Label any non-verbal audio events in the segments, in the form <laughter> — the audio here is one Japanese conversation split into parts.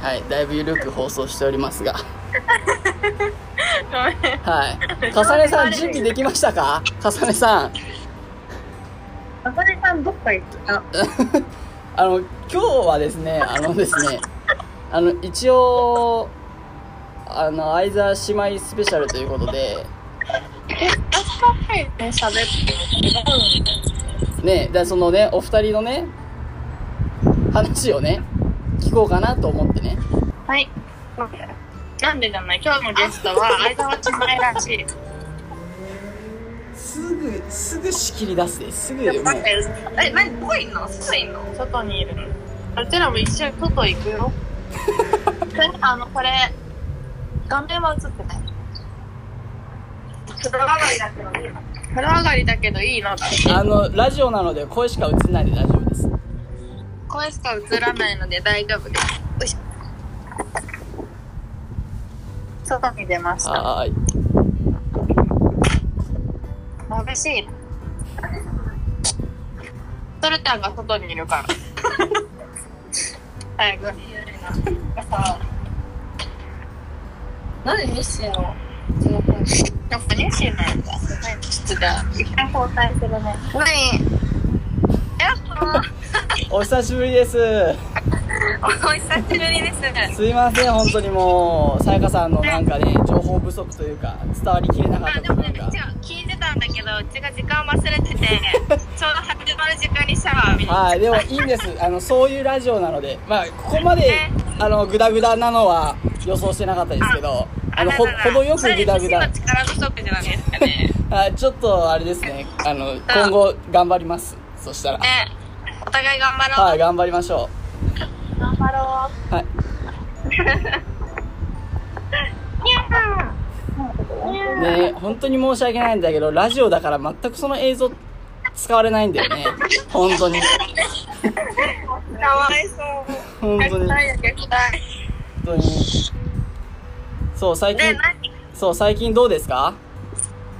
はいだいぶ緩く放送しておりますがごめん。はい重ねさん準備できましたか重ねさん <laughs> あかねさんどっか行った。あの今日はですねあのですねあの一応あの相沢姉妹スペシャルということでえ、あそこ入って喋って。ねでそのねお二人のね話をね聞こうかなと思ってねはい。なんでじゃない今日のゲストは相沢千前らしい。すぐすぐ仕切り出すですぐもえ、う待ってえ、何どこいんの外いんの外にいるの。うちらも一緒に外行くよ。えあの、これ、画面は映ってない。風呂上がりだけどいいな。風呂上がりだけどいいなって。あのラジオなので声しか映んないで大丈夫です声しか映らないので大丈夫です。よいしょ。外に出ました。はーい眩しいな。トルちゃんが外にいるから。 <laughs> 早く。なんで日清のやっぱ日清なんだ。ちょっとじゃあ、一回交代するね。はい。やっほーお久しぶりですお久しぶりです。すいません本当にもうさやかさんのなんかね情報不足というか伝わりきれなかっあたでともいね、うかうちは聞いてたんだけど、うちが時間忘れ <laughs> てて、ちょうど始まる時間にシャワー浴びに行っはい、でもいいんです。あの、そういうラジオなので、まあ、ここまでね、あの、グダグダなのは予想してなかったですけど、あの、ほ、程よくグダグダの。力不足じゃないですかね。あ、ちょっと、あれですね。あの、今後、頑張ります。そしたら。ね、お互い頑張ろう。はい、頑張りましょ頑張ろう。はい。う。にゃーにゃーね本当に申し訳ないんだけど、ラジオだから全くその映像、使われないんだよね。本当に。かわいそう。本当に。本虐待虐待。当に。そう、最で、近、何そう、最近どうですか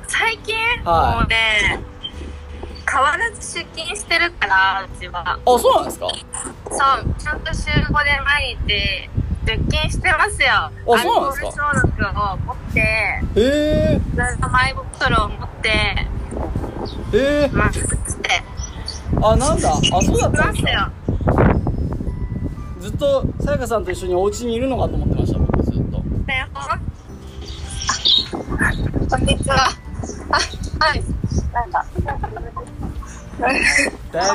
最近、はいもうね、変わらず出勤してるから、うちは。あ、そうなんですかそう、ちゃんと週5で毎日出勤してますよ。あそうなんですかアルコール消毒を持って、へずっとマイボトルを持って、え、へえ、マスクして、あ、なんだ。あ、そうだ行ったんきまですすかよ。ずっとさやかさんと一緒にお家にいるのかと思ってました僕ずっとね、ほんこんにちは。あ、はい。なんか、だい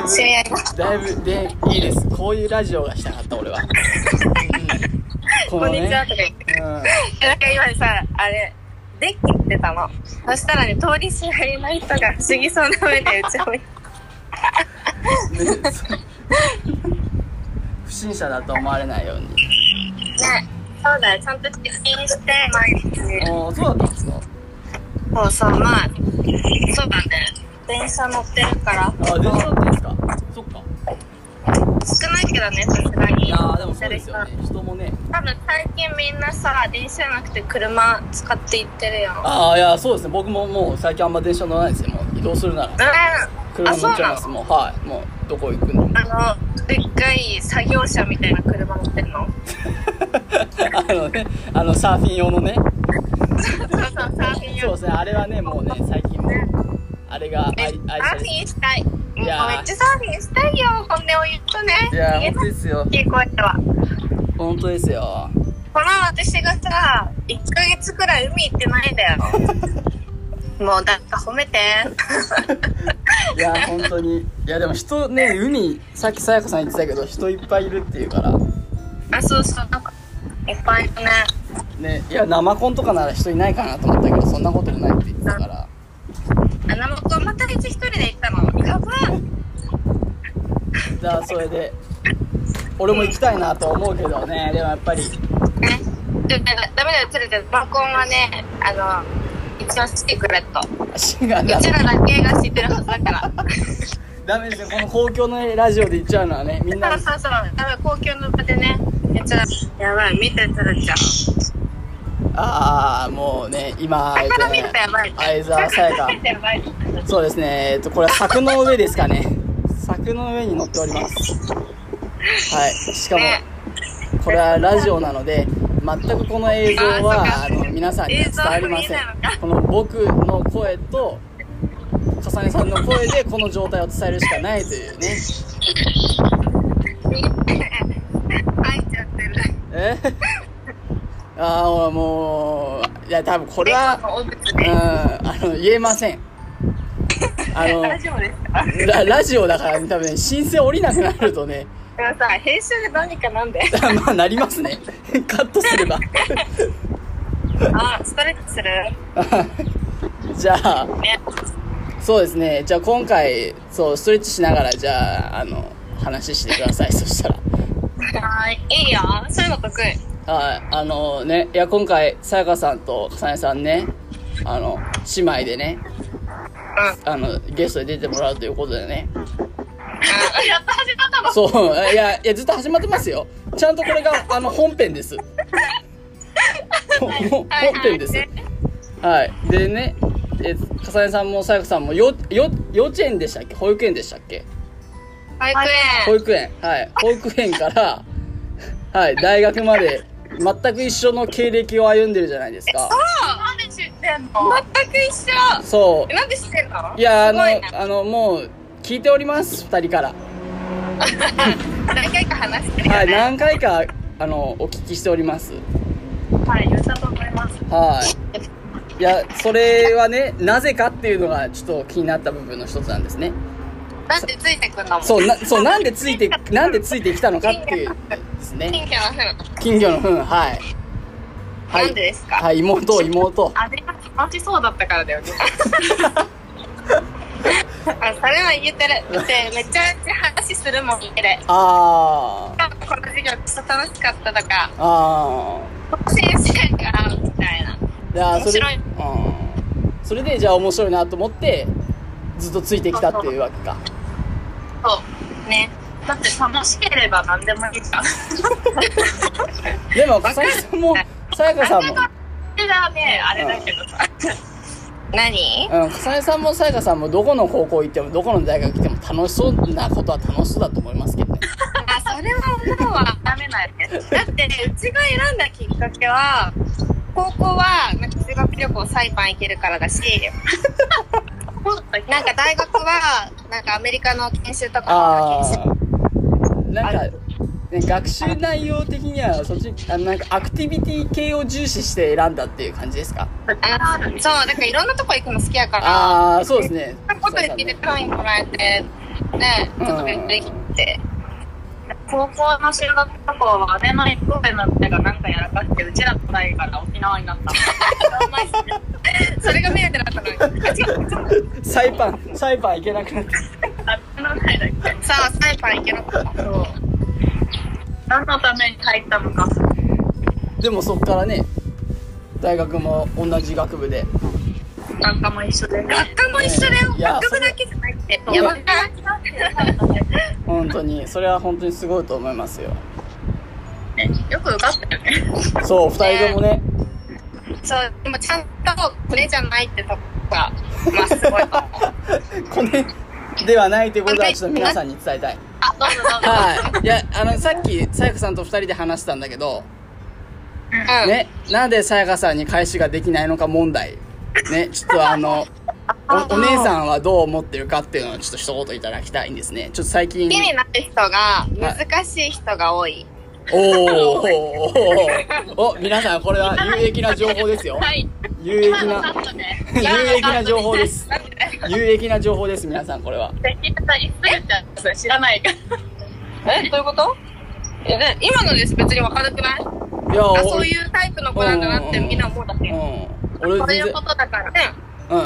ぶ知り合いが。だいぶでいいですこういうラジオがしたかった俺は、うん、ここのんにちはねとか言って。うんえなんか今さ、あれ、デッキ行ってたの。そしたらね、通りすがりの人が不思議そうな目でうちを見て、でそう不審者だと思われないようにね、そうだよ、ちゃんと出勤して、毎日。ああそうだったんですかそうそう、まあ、そうだね。電車乗ってるから。あ電車だったんですかそっか少ないけどね、さすがに。いやーでもそうですよね人もね多分最近みんなさ、電車じゃなくて車使って行ってるよ。ああいやそうですね僕ももう最近あんま電車乗らないですよもう移動するならうん。車乗っちゃいまあすそもうはいもうどこ行くの <laughs> もあの、でっかい作業車みたいな車乗ってんの。 <laughs> あのねあのサーフィン用のねそうそう、サーフィンそう用。ですね、あれはね、もうね、最近もう、あれがえ愛サ愛ーさフれィンしたい。もうめいっちやーゃサーフィンしたいよ、本音を言うとね。いや、言え本な当いですよ。いい声では。本当ですよ。この私がさ、1ヶ月くらい海行ってないんだよ。もうだから褒めて。いや、本当に。いや、でも人ね、海、さっきさやかさん言ってたけど、人いっぱいいるっていうから、あ、そうそう、なんか、いっぱいいるね。ね、いや、生コンとかなら人いないかなと思ったけど、そんなことないって言ってたから。あ、ナモコまたうち一人で行ったの。やばじゃあ、それで、俺も行きたいなと思うけどね、でもやっぱり、ね。でもなんかダメだよ、連れて。バコンはね、あの、一応シークレット。う足がなちらだけが知ってるはずだから。ダメですよ、この公共のラジオで言っちゃうのはね、みんなそう、そうそう。多分公共の場でね、やつら、やばい、見て、つるちゃん。ああ、もうね、今、えっ魚と見るねとやばい。相沢さやか <laughs> 見。るとやばい。そうですね、えっと、これは柵の上ですかね。柵の上に乗っております。はい、しかも、ねこれはラジオなので全くこの映像あはあそうかの皆さんには伝わりません映像は見えないのかこの僕の声と笠根さんの声でこの状態を伝えるしかないというね入っちゃってる。えああもういや多分これはお物うんあの言えませんあのラジオですかララジオだから、ね、多分ね申請降りなくなるとね <laughs> でもさ、編集でどうにかなんで。まあなりますねカットすれば <laughs> あ、ストレッチするじゃあね。そうですねじゃあ今回そうストレッチしながらじゃああの話してくださいそしたらはい。いいよ。そういうの得意。はいあのねいや今回さやかさんとかさねさんねあの姉妹でねあのゲストで出てもらうということでねうん。やっと始まったの。そういやいやずっと始まってますよちゃんとこれがあの本編ですほほ本編ですはいはい。でね、え、笠井さんもさやかさんも、よ、よ、幼稚園でしたっけ保育園でしたっけはい保育保園。育園。はい。保育園から、はい、大学まで、全く一緒の経歴を歩んでるじゃないですか。そうなんで知ってんの全く一緒そえなんで知ってんのう。いや、あすごいなの、あの、もう、聞いております、二人から。何回か話してるよはい、ね。何回か、あの、お聞きしております。はい、言ったと思います。はい。いや、それはね、なぜかっていうのが、ちょっと気になった部分の一つなんですね。なんでついてくんだもん。そう、な、そう、なんでついて、なんでついてきたのかっていう、ですね。金魚の糞。金魚の糞はいはいなんでですかはい妹妹あれが楽しそうだったから <laughs> だよね。あそれは言えてる。だってめっちゃめちゃ話するもん言ってる。あーこの授業ちょっと楽しかったとか、あ先生からみたいな。ーいやーそれ面白いうんそれでじゃあ面白いなと思ってずっとついてきたっていうわけかそう。ね。だって楽しければ何でもいいじゃん。でも笠井さんもさやかさんもそれがね、あれだけどさ。何うん笠井さんもさやかさんもどこの高校行ってもどこの大学行っても楽しそうなことは楽しそうだと思いますけどねあ、それはもうはダメなんやつ。だって、うちが選んだきっかけは、高校は、なんか修学旅行裁判行けるからだし、なんか大学は、なんかアメリカの研修とかあの研修あなんか、ね、学習内容的にはそっちあのなんかアクティビティ系を重視して選んだっていう感じですかあそう、だからいろんなとこ行くの好きやから、ああそうですねそんなこと言って単位もらえて、ね、ちょっと勉強できて。高校の修学旅行は姉の一個上の手がなんかやらかして、うちらの代から沖縄にな <laughs> った。 <laughs> それが目当てだったのに。サイパンサイパン行けなくなったあの代だっけさあ、サイパン行けなかった。そう。何のために入ったのか。でもそっからね大学も同じ学部で学科も一緒で。学科も一緒だよ。いや学部だけじゃなくて。そうやばい。本当にそれは本当にすごいと思いますよよく受かったよね。そう2人ともねそう、でもちゃんとこれじゃないってとこが、まあすごいと思う。 <laughs> あ、これではないということはちょっと皆さんに伝えたいどうぞどうぞ。はいいやあのさっきさやかさんと2人で話したんだけどうん。ねなんでさやかさんに返しができないのか問題ねちょっとあのおお姉さんはどう思ってるかっていうのをちょっと一言いただきたいんですねちょっと最近好きになる人が、難しい人が多い。おーおーおーお皆さんこれは有益な情報ですよい。有益なットね有益な情報ですだってね、有益な情報です皆さんこれは関根さん、いつ言っちゃうそれ知らないから。え、どういうことえ、ね今のです。別に分かるくないいやあ、おそういうタイプの子なんだなってみんな思うだけ。うんそう俺い全うことだから。うん。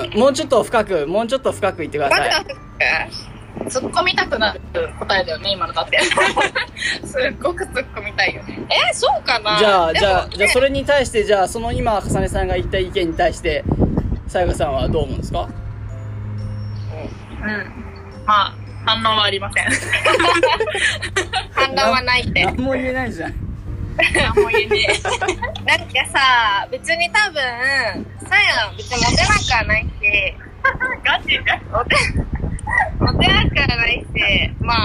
然うんもうちょっと深くもうちょっと深く言ってくださいだ突っ込みたくなる答えだよね、今のだって。すっごく突っ込みたいよね。 <laughs> え、そうかなじゃあじゃあじゃあそ <laughs> れ。れに対してじゃあその今かさねさんが言った意見に対してさやかさんはどう思うんですかうん。まあ、反応はありませ <laughs> ん。反応はないって。何も言えないじゃん何も言え <laughs> ねえ。なんかさ、別に多分、さや、別にモテなくはないし、ガチモテ、モテなくはないし、まあ、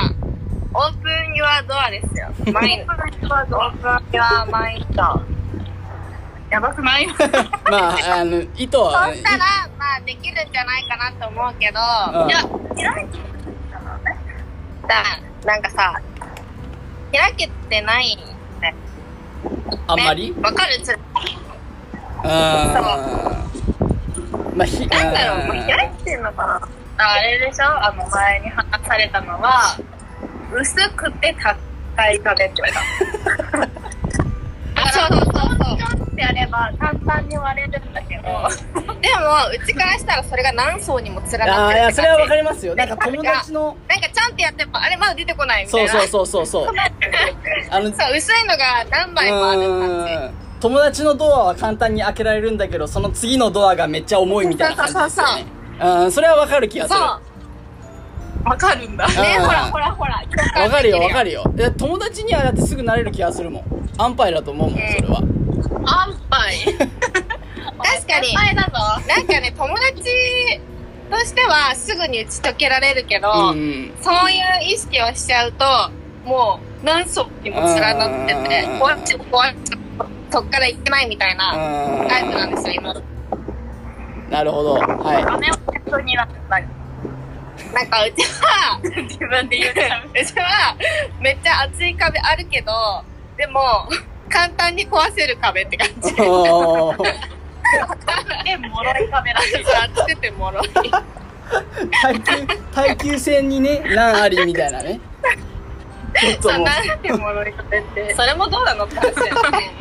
オープンきはドアですよ。マインド。大きはマインド。やばくないそうしたら、 <laughs> まあ、あの、意図は、ね、まあ、できるんじゃないかなと思うけど、うんいや、開きだなんかさ、開けてないんだよねあんまり、わかるつうん。まあ、ひ、なんだろう、もううん開いてんのかなああれでしょあの前に話されたのは、薄くて高い壁って言われた。あそうそうそうそう。ってやれば簡単に割れるんだけど。でも、うちからしたらそれが何層にも連ああ、いや、それはわかる。りますよ。なんか友達の、なんかちゃんってやっても、あれまだ出てこないみたそいうな。そうそうそうそう。あの、 <laughs> そう、薄いのが何枚もある感じ。うん友達のドアは簡単に開けられるんだけど、その次のドアがめっちゃ重いみたいな感じですよね。うん、それはわかる気がすそる。う。わかるんだ。ねうんほらほらほら。わかるよ、わかる。るよ。いや友達にはだってすぐなれる気がするもん。安牌だと思うもん、それは。安牌。確かに。安牌だぞ。なんかね、友達としてはすぐに打ち解けられるけど、うんうん。そういう意識をしちゃうと、もう何層にも連なっててうん、怖っちゃう怖っちゃうそっから行ってないみたいなタイプなんですよ、今。なるほど。はメを本当になったり。なんかうちは、自分で言っちゃう。 <laughs> うちは、めっちゃ厚い壁あるけど、でも、 <laughs> 簡単に壊せる壁って感じ。い。おー <laughs> え、もろい壁なんです。厚く <laughs> てもろい。耐久、耐久戦にね、難ありみたいなね。ちょっともう、んでもろい壁って。それもどうなのって話だよね。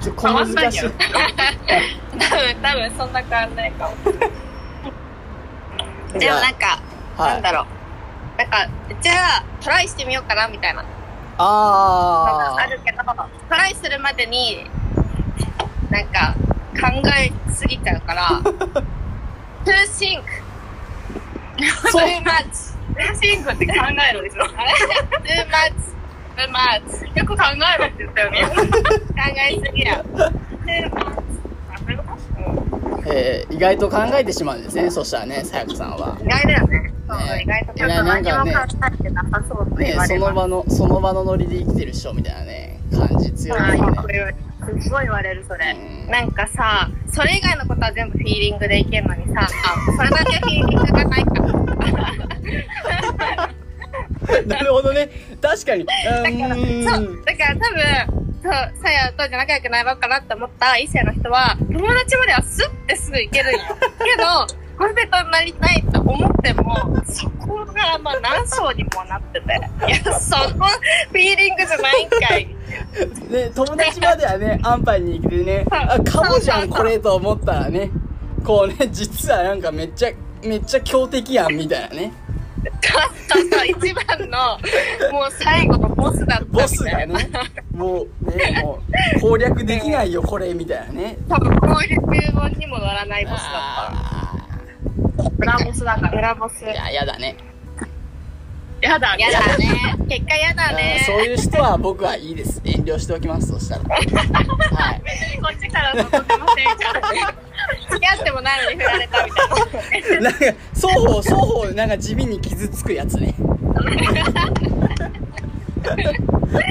ちょ小難しい。多分、多分そんな変わんないかも。でもなんか、はなんい。だろう。なんか、じゃあ、トライしてみようかな、みたいな。ああるけど、トライするまでに、なんか、考えすぎちゃうから、to think ー。 <laughs> そう too much. to think って考えろでしょ。あれ too much, too much. よく考えろって言ったよね。考えすぎや。too much. あそういうことえー意外と考えてしまうんですね、そしたらね、さやかさんは。意外だよね。そう、ね意外と。いやなんかねえてなさそうとね、その場の、その場のノリで生きてる人みたいなね、感じ強いですよね。すごい言われるそれうんなんかさそれ以外のことは全部フィーリングでいけるのにさそれだけフィーリングがないからなるほどね。確かに。うだからーそんう。だから多分そうさやとじゃ仲良くなろうかなって思った異性の人は友達まではスッてすぐ行けるん <laughs> よけど恋人になりたいと思ってもそこがまあ何層にもなってていやそこフィーリングじゃないんかいね、友達まではね、安牌に行くでね、そうあ、かもじゃそん、うそうこれと思ったらね、こうね、実はなんかめっちゃ、めっちゃ強敵やん、みたいなね。そうそう一番のもう最後のボスだったみたいなボスがね、もうね、もう、攻略できないよ、これ、みたいなね。多分攻略にも乗らないボスだっあた裏ボスだから裏ボスーいや、やだね。やだねやだね結果やだねそういう人は僕はいいです。遠慮しておきます、そしたら。はい。こっちから望んでませんからね付き合ってもないのに振られたみたいななんか、双方、双方、なんか地味に傷つくやつね。は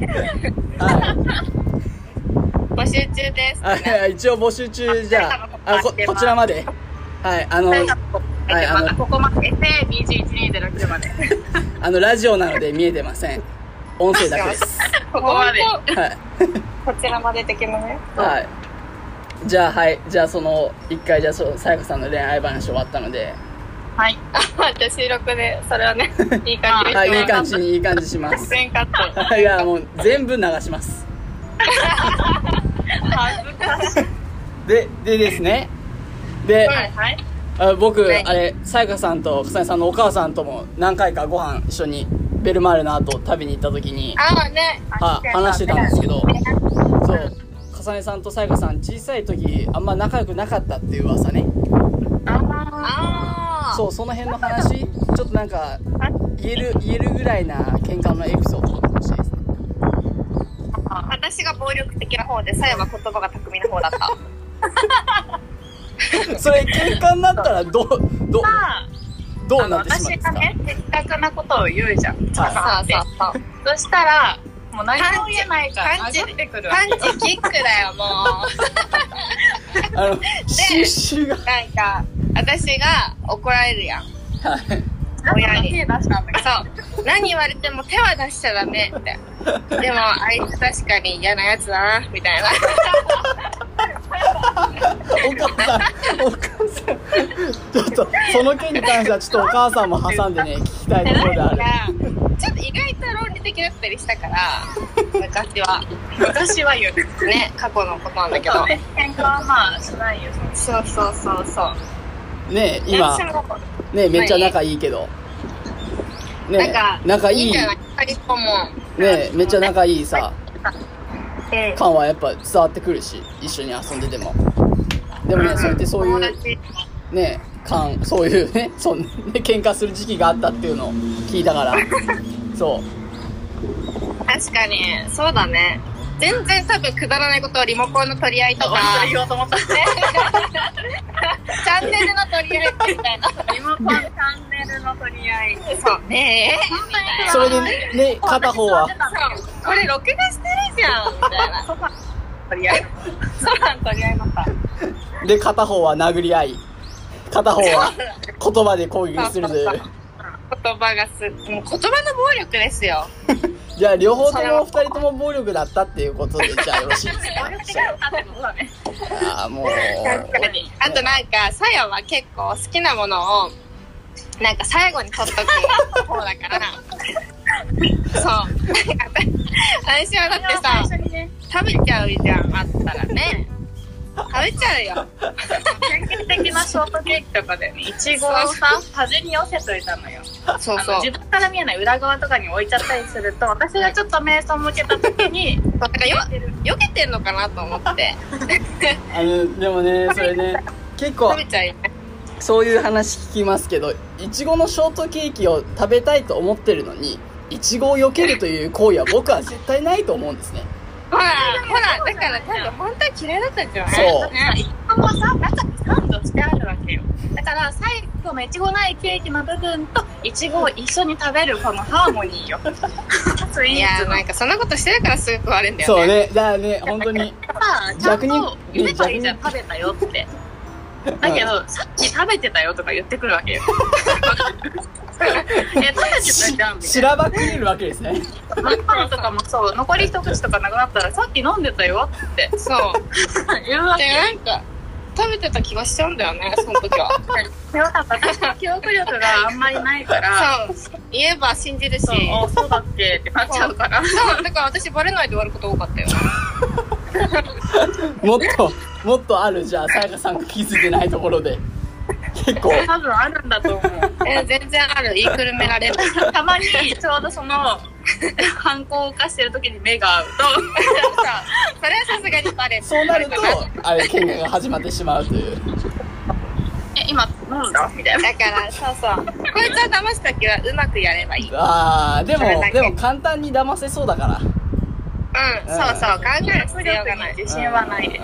募集中ですいあ。一応募集中、じゃあ、あこ、こちらまで。はい、あの、はいあのまたここまで SAB21209 <laughs> まであの、ラジオなので見えてません。音声だけです。ここまではい。こちらまで的なねはい。じゃあ、はい。じゃあ、その、一回、じゃあ、そうさやかさんの恋愛話終わったので、はいあじゃあ収録でそれ <laughs> はねいい感じにはい、いい感じにに、いい感じします。全カットいや、もう、全部流します。恥ずかしいで、でですね。で、はいあ僕、はいあれ、さやかさんとかさねさんのお母さんとも何回かご飯一緒にベルマーレの後食べに行った時に、ああねは話してたんですけど、どそう、かさねさんとさやかさん小さい時あんま仲良くなかったっていう噂ね。ああそう、その辺の話、ちょっとなんか、言える、言えるぐらいな喧嘩のエピソードが欲しいですね。私が暴力的な方でさやは言葉が巧みな方だった <laughs> それ喧嘩になったらどう、どう、どあうのなってしまうんで私すがかね的確なことを言うじゃんささあさああさあそしたらもう何も言えないからパンチ殴ってくるわパンチキックだよもう <laughs> あの収集がなんか私が怒られるやんはい親に手出したんだけどそう何言われても手は出しちゃダメってでもあいつ確かに嫌なやつだなみたいなお母さんお母さんちょっとその件に関してはちょっとお母さんも挟んでね聞きたいところであるなんかちょっと意外と論理的だったりしたから昔は私は言うね過去のことなんだけど喧嘩はまあしないよそうそうそうそうねえ今私もねえめっちゃ仲いいけどねえなんか仲いいいんいじゃねない二人ともえめっちゃ仲いいさうん感はやっぱ伝わってくるし一緒に遊んでてもでもねそれってそういうね感そういうねそんね喧嘩する時期があったっていうのを聞いたからそう確かにそうだね全然多分くだらないことをリモコンの取り合いとか私言おうと <laughs> 思ったチャンネルの取り合いみたいなリモコンチャンネルの取り合いそうねえそれでね片方はこれ録画してるじゃんみたいなソファ取り合いソファ取り合いましたで片方は殴り合い片方は言葉で攻撃するといそうう言葉がすもう言葉の暴力ですよじゃあ両方とも二人とも暴力だったっていうことでじゃあよろしい <laughs> です暴力的だったってことだかねああもう確かに <laughs> あとなんかさやは結構好きなものをなんか最後に取っとく方だ <laughs> からそう私はだってさ最初にね食べちゃうじゃんあったらね食べちゃうよ典型的なショートケーキとかでねいちごをさ端に寄せといたのよそうあそうの自分から見えない裏側とかに置いちゃったりすると私がちょっと瞑想向けた時になんかよよけてんのかなと思 <laughs> ってあのでもねそれね結構食べちゃうよねそういう話聞きますけどいちごのショートケーキを食べたいと思ってるのにいちごを避けるという行為は僕は絶対ないと思うんですねほらほらだから多分本当は嫌いだったんじゃないそうねいちごもさ中にサンドしてあるわけよだから最後のいちごないケーキの部分といちごを一緒に食べるこのハーモニー <laughs> よスいイーやツのなんかそんなことしてるからすごく悪いんだそようねねだからね本当にさちゃん逆にと言えばいいじゃん食べたよってだけど、さっき食べてたよとか言ってくるわ <laughs> けよえ食べてたじゃんみたいしらばくれるわけですねなマカロンとかもそう残り一口とかなくなったらさっき飲んでたよってそう言うわけでなんか食べてた気がしちゃうんだよねその時は <laughs> よかった私の記憶力があんまりないからそう言えば信じるしそうあそうだっけってなっちゃうからそうだから私バレないで終わること多 <laughs> かったよ <laughs> もっともっとあるじゃあさやかさんが気づいてないところで結構多分あるんだと思うえ全然ある言いくるめら <laughs> れる <laughs> たまにちょうどその犯行を犯してる時に目が合うそうそれはさすがにバレそうなるとバレかあれ喧嘩が始まってしまうというとえ今飲んだみたいなだからそうそうこいつは騙す時はうまくやればいいうんああでもそれだけでも簡単に騙せそうだからそうそう考える圧必力要がないに自信はないで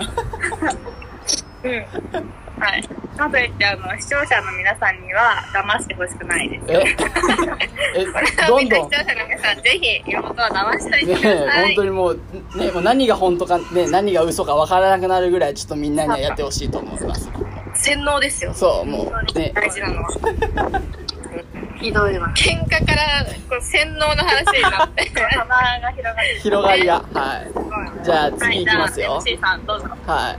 すうんはい。かといって、あの、視聴者の皆さんには騙してほしくないです。ええどんどん視聴者の皆さんぜひ妹は騙しといねてくだえ、さ本い当にもう、ね、もう何が本当か、ね、何が嘘か分からなくなるぐらい、ちょっとみんなにはやってほしいと思います。洗脳ですよそう、もう、ね、大事なのはひどいわ。喧嘩からこう洗脳の話に <laughs> なって幅が広がる。広がりが、はい。じゃあ、次いきますよはい。じゃあ、MC さん、どうぞ。は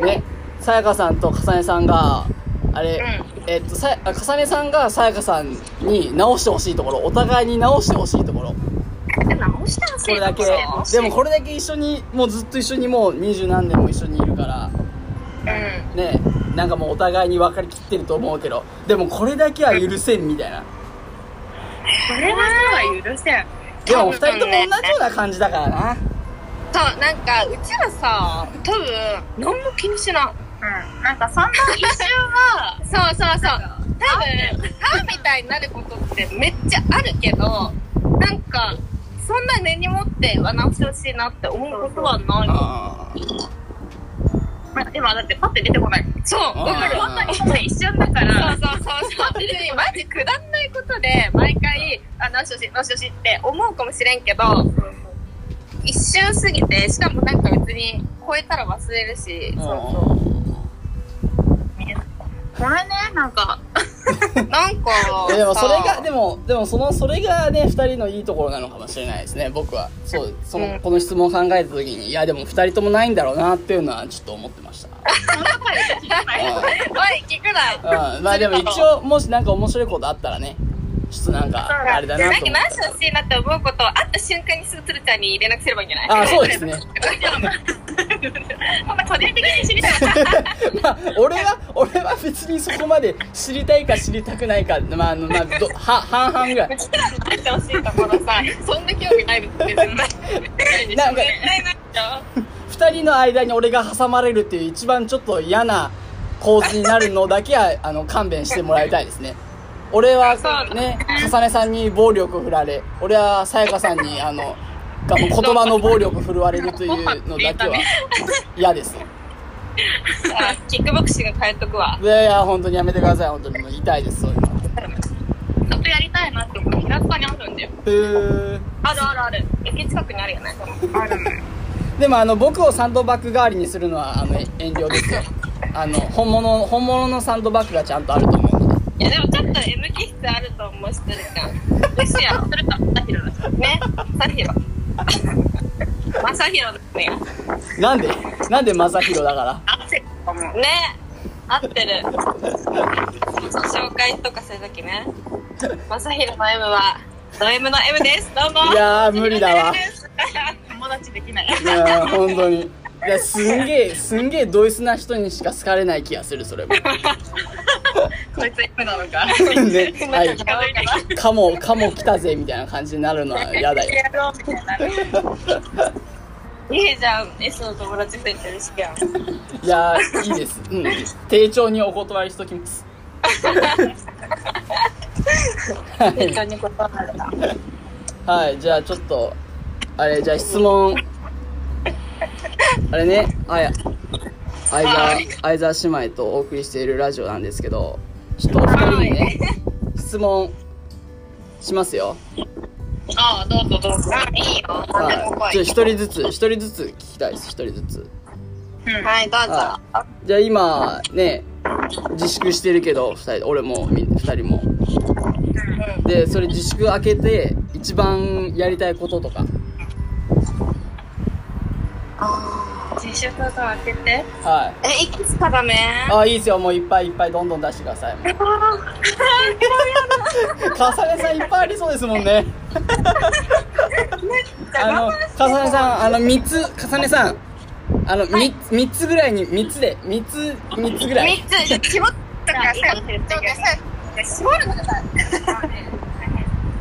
い。ね、さやかさんとかさねさんが、あれ、えっと、さや、あかさねさんがさやかさんに直してほしいところ、お互いに直してほしいところ、直してほしこれだけ、でもこれだけ一緒に、もうずっと一緒にもう二十何年も一緒にいるから、うんね、なんかもうお互いに分かりきってると思うけど、でもこれだけは許せんみたいな。これは許せん。でも二人とも同じような感じだからな。そうなんかうちらさ多分何も気にしないうん。なんか、そんな一瞬は、そうそうそう多分歯みたいになることってめっちゃあるけどなんかそんな根に持っては直してほしいなって思うことはないあなんか今だってパッて出てこない。そうあーわかる本当にほんの一瞬だかそうら、そうそうそう別にマジくだんないことで毎回あのしょしのしょしって思うかもしれんけど一瞬過ぎてしかもなんか別に超えたら忘れるしうんそうこれね、なんか、そうなんかいやでもそれさがでもでもそのそれがね2人のいいところなのかもしれないですね僕はそうその、うんこの質問を考えた時にいやでも2人ともないんだろうなっていうのはちょっと思ってま <laughs> したうおい聞くな。ん、うん、まあでも一応もしなんか面白いことあったらねちょっとなんかあれだななんとか思っ何てしてほしいなって思うことを会った瞬間にすぐ鶴ちゃんに連絡すればいいんじゃないあそうです <laughs> ねほんな個人的に知りたい。そう <laughs> まあ俺は俺は別にそこまで知りたいか知りたくないかまああのまあどは半々ぐらい鶴ちゃんに会ってほしいところさそんな興味ないですよ絶対なんか絶対ないでしょ2人の間に俺が挟まれるっていう一番ちょっと嫌な構図になるのだけはあの勘弁してもらいたいですね俺はそうねかねさんに暴力振られ俺はさやかさんにあのがもう言葉の暴力振るわれるというのだけは嫌ですあキックボクシング変えとくわいやいや本当にやめてください本当にもう痛いですそういうのちょっとやりたいなって思う。平塚にあるんだよ。へーあるあるある駅近くにあるよねあるね。でもあの僕をサンドバッグ代わりにするのはあの遠慮ですよあの本物本物のサンドバッグがちゃんとあると思うのでいやでもちょっと M 気質あると思うし鶴ちゃんよしやそれと、あひろだ。ねさひろまさひろだよなんでなんで正宏だからあ、せっかも。ね合ってる紹介とかするときねまさひろの M はド M の M ですどうもいやー無理だわ友達できない。いやー本当にいやすんげえすんげえドイツな人にしか好かれない気がするそれもこいつ M なのか。ねはなんか可愛いからいかもかも来たぜみたいな感じになるのは嫌だよやろうみたいな。いいじゃん S の友達増えてるしやんいやーいいですうん丁重にお断りしときます本当に断られたはいじゃあちょっとあれじゃあ質問あれねあや相沢相沢姉妹とお送りしているラジオなんですけどちょっとお二人にね質問しますよああ、どうぞどうぞ。あいいよ何でもは来い、いじゃあ一人ずつ一人ずつ聞きたいです一人ずつうん。はいどうはぞじゃあ今ね自粛してるけど二人俺もみ二人もでそれ自粛明けて一番やりたいこととか自粛と開けてはいえいくつかだね <laughs> あいいですよもういっぱいいっぱいどんどん出してくださいも <laughs> うかさねさんいっぱいありそうですもんねあのかさねさんあの三つかさねさんあの三つ三つぐらいに三つで三つ三つぐらい3つじゃあ絞ったからさどうかさ絞るのがさ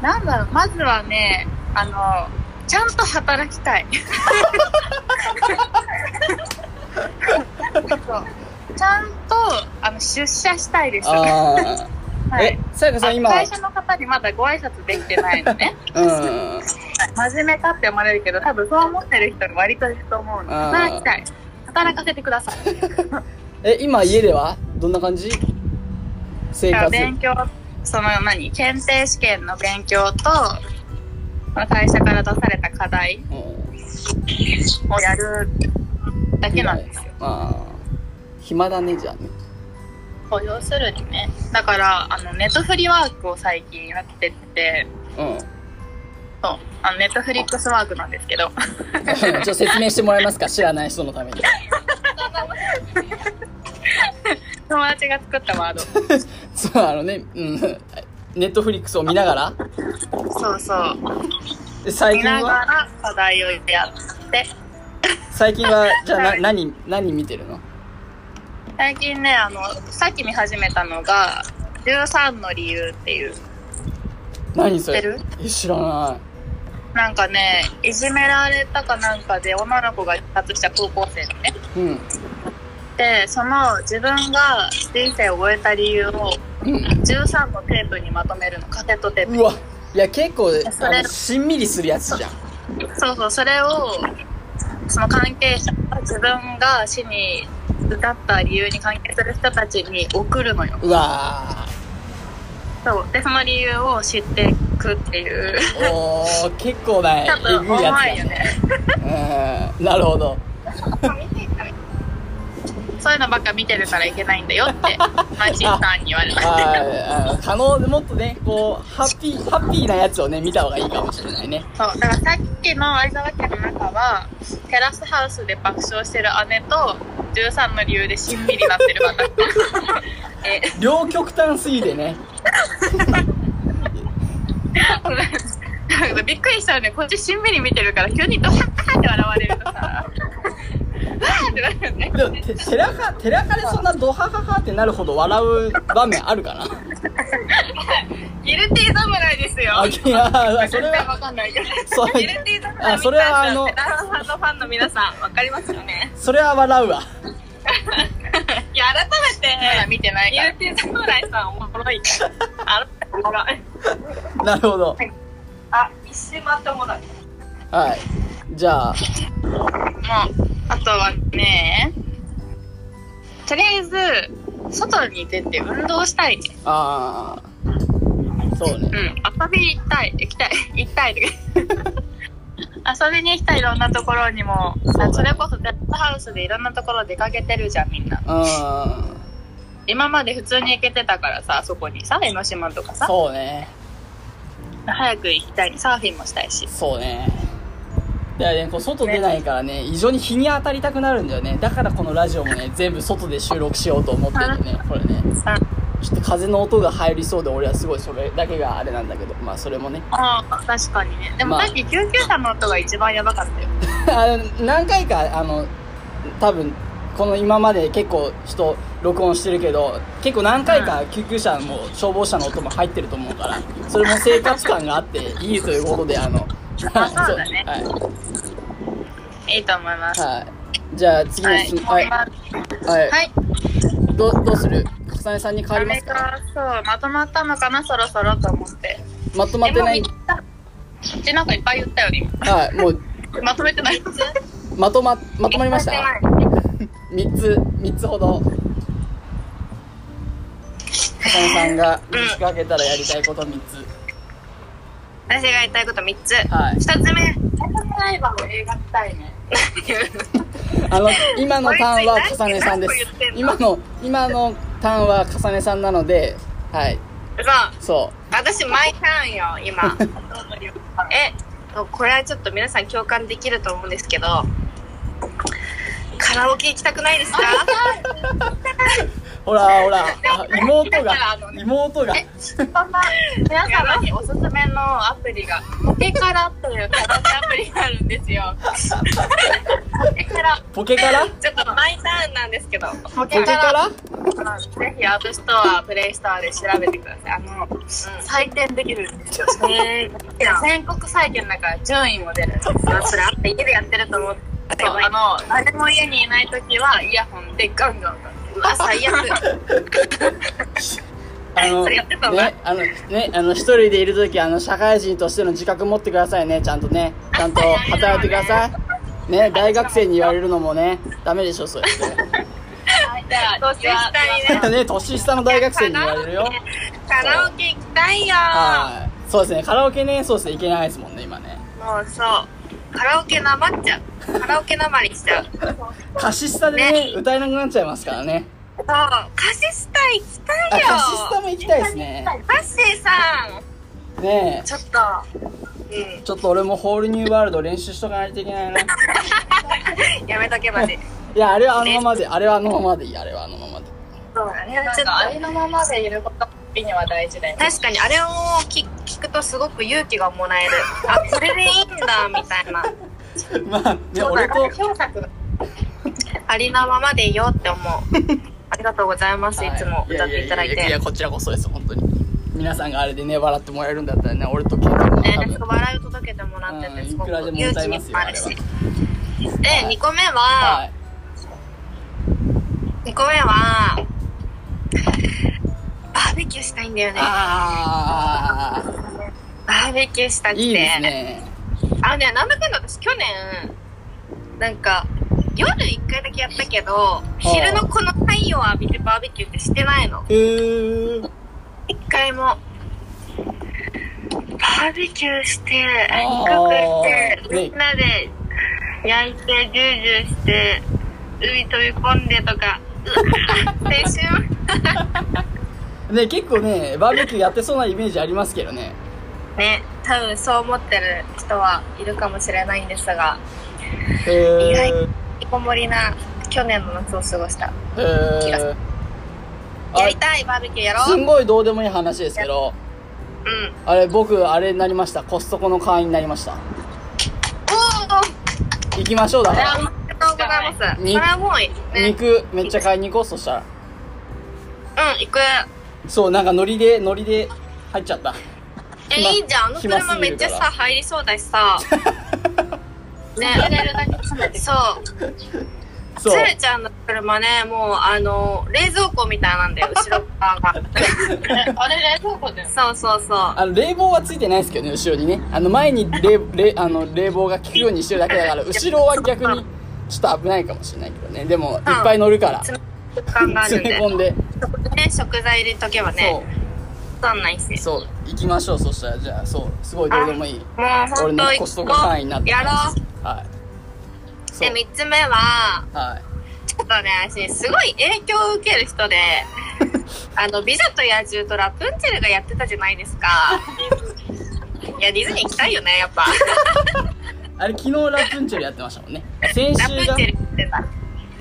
なんだろう、まずはね、あの、ちゃんと働きたい。そうちゃんとあの出社したいで <laughs> す。ああ、はいえ、さやかさん今、会社の方にまだご挨拶できてないのね。うん、真面目かって思われるけど、多分そう思ってる人が割といると思うの。あー働きたい。働かせてください。え、今家ではどんな感じ生だから活。勉強、その何、検定試験の勉強と、その会社から出された課題うんをやるだけなんですよ。あー暇だねじゃあね。そう要するにねだからあのネットフリワークを最近やっててそうあのネットフリックスワークなんですけど <laughs> うん。 <laughs> ちょっと説明してもらえますか知らない人のために。 <laughs> 友達が作ったワードそうあのね、うん、ネットフリックスを見ながら、そうそうで最見近ながはら課題をやって最近はじゃあなはい何何見てるの？最近ねあのさっき見始めたのが13の理由っていう何それ？知ってるえ知らななんかねいじめられたかなんかで女の子が自殺した高校生のねい。うんでその自分が人生を終えた理由をうん。 13のテープにまとめるのカセットテープうわ。いや結構やそれあのしんみりするやつじゃん。そうそう、それを、その関係者、自分が死にだった理由に関係する人たちに送るのようわそうでその理由を知っていくっていうーおー結構なえ多分ぐいやつ重だいよねねうんなるほどそういうのばっか見てるからいけないんだよ <laughs> ってマジさんに言われましあたーあの可能でもっとねこうハッピーハッピーなやつをね見た方がいいかもしれないねそうだからさっきの相沢家の中はテラスハウスで爆笑してる姉と13の理由でしんみりなってる私え両極端すぎてね <laughs> びっくりしたよねこっちしんみり見てるから急にドハハって笑われるとさわーってなるよねでもてテラカテラカでそんなドハハハってなるほど笑う場面あるかなギルティー侍ですよあいやそれ絶対はわかんないけどそれギルティー侍あそれはあのダンさんのファンの皆さんわかりますよねそれは笑うわいや改めて見てないからギルティー侍さんおもろいからあおもろいなるほどあ一周回っておもろいもうはいじゃああとはねとりあえず外に出て運動したいねあーそうねうん、遊びに行きたい、行きたい、行きた <laughs> い。遊びに行きたい、いろんなところにも。うだねそれこそ、デッドハウスでいろんなところ出かけてるじゃん、みんな。うん今まで普通に行けてたからさ、あそこにさ、江ノ島とかさ、そうね早く行きたい、サーフィンもしたいし。そうねだからねこう外出ないからね異常に日に当たりたくなるんだよねだからこのラジオ <laughs> もね全部外で収録しようと思ってるねこれねあちょっと風の音が入りそうで俺はすごいそれだけがあれなんだけどまあそれもねあー、確かにね。でまもあさっき救急車の音が一番やばかったよ。あの何回かあの多分この今まで結構人録音してるけど結構何回か救急車も消防車の音も入ってると思うからそれも生活感があっていいということであのはいそうだねはいいいと思います。はいじゃあ次のはい、質問はい、ははいい。はいどどうするかさねさんに変わりますかあれがそう、まとまったのかな、そろそろと思って。まとまってないえもう言ったなんかいっぱい言ったよねはいもう今まとめてないままとままとまりましたとめてない3つ3つほどかさねさんが見つけたらやりたいこと3つ私が言いたいこと3つ。はい1つ目。ライバーを描きたいねあの今のターンはかさねさんです今の今のターンはかさねさんなのではい <laughs> そそう。私、マイターンよ、 <laughs> 今。え、これはちょっと皆さん共感できると思うんですけど、カラオケ行きたくないですかうほらほ <laughs> らあ妹があのね妹がそ <laughs> んな皆様におすすめのアプリがポケカラというカラオケアプリがあるんで <laughs> すよポケカラポケからちょっとマイターンなんですけど。ポポケケからカラぜひアップストアプレイストアで調べてくださいあの、採点できるんですよえ全国採点だから順位も出るんですよそれあって家でやってると思ったそうあの誰も家にいない時はイヤホンでガンガンガンうわ、最悪。あの <laughs> それねやってたんだあのねあの一人でいる時あの社会人としての自覚持ってくださいねちゃんとねちゃんと働いてくださいね大学生に言われるのもねダメでしょそ <laughs> れじゃあ年下にね、ね年下の大学生に言われるよカラオケ行きたいよ。はいそうですねカラオケねそうですねいけないですもんね今ねもうそう。カラオケなまっちゃう。カラオケなまりしちゃう。そう。歌詞下でねね歌えなくなっちゃいますからねカシスタ行きあたいよ。歌詞下も行きたいですねマッシーさん。ねえちょっと。う。ちょっと俺もホールニューワールド練習しとかないといけないなんやめとけまで。いやあれはあのままであれはあのままでいいあれはあのままでそうだね。なんちょかあっりのままでいることには大事だよと。確かにあれを聞聞くとすごく勇気がもらえる。あ、これでいいんだ、みたいな。まあね俺とありのままでいいよって思う。ありがとうございます、いつも歌っていただいやややややて。こちらこそです本当に皆さんがあれでね笑ってもらえるんだったらね俺とケンタも多ね、分、笑いを届けてもらってうんて、いすごくくらで勇も気歌いまにすもよあなるれしは。で、2個目はは、 2個目は、バーベキューしたいんだよいね。ああバーベキューしたくて。いいですねあのね、なんだかんだ私去年、なんか、夜一回だけやったけど、昼のこの太陽を浴びてバーベキューってしてないの。えー、一回も。バーベキューして、あ肉ー食って、ねみんなで焼いて、ジュージューして、海飛び込んでとか、青春ね結構ねバーベキューやってそうなイメージありますけどね <laughs> ね、多分そう思ってる人はいるかもしれないんですが、えー、意外引きこもりな去年の夏を過ごした。えー気がすあやりたいバーベキューやろすう。うんん。ごいどうでもいい話ですけどあれ僕あれになりましたコストコの会員になりましたおー行きましょうだいかやらおめでとうございます。そにれはもういいね。肉めっちゃ買いに行こうそしたらうん、行く。そうなんかノリでノリで入っちゃったえ、暇いいじゃん。あの暇車すめぎるっちかゃらさ、入りそうだ <laughs> しさ。ね、そう。そう鶴ちゃんの車ね、もう、あの、冷蔵庫みた <laughs> いなんだよ、後ろ側が。あれ冷蔵庫だよ。そうそうそう。あの冷房はついてないですけどね後ろにねあの前に冷冷あの冷房が効くようにしてるだけだから後ろは逆にちょっと危ないかもしれないけどねでもいっぱい乗るから詰め感がある詰んでめ。込んでそこでね、食材入れとけばね、そんないし。そうそう行きましょうそしたらじゃあそうすごいどうでもいいもう俺本の当行コストコこ会員になっう。てやろますう。はいそうで、三つ目は、はい <laughs> ちょっとね、私、すごい影響を受ける人で、あの、美女と野獣とラプンツェルがやってたじゃな <laughs> いですか。いや、ディズニー行きたいよね、やっぱ。あれ昨日ラプンツェルやってましたもんね先週ラプンツがェル行ってた。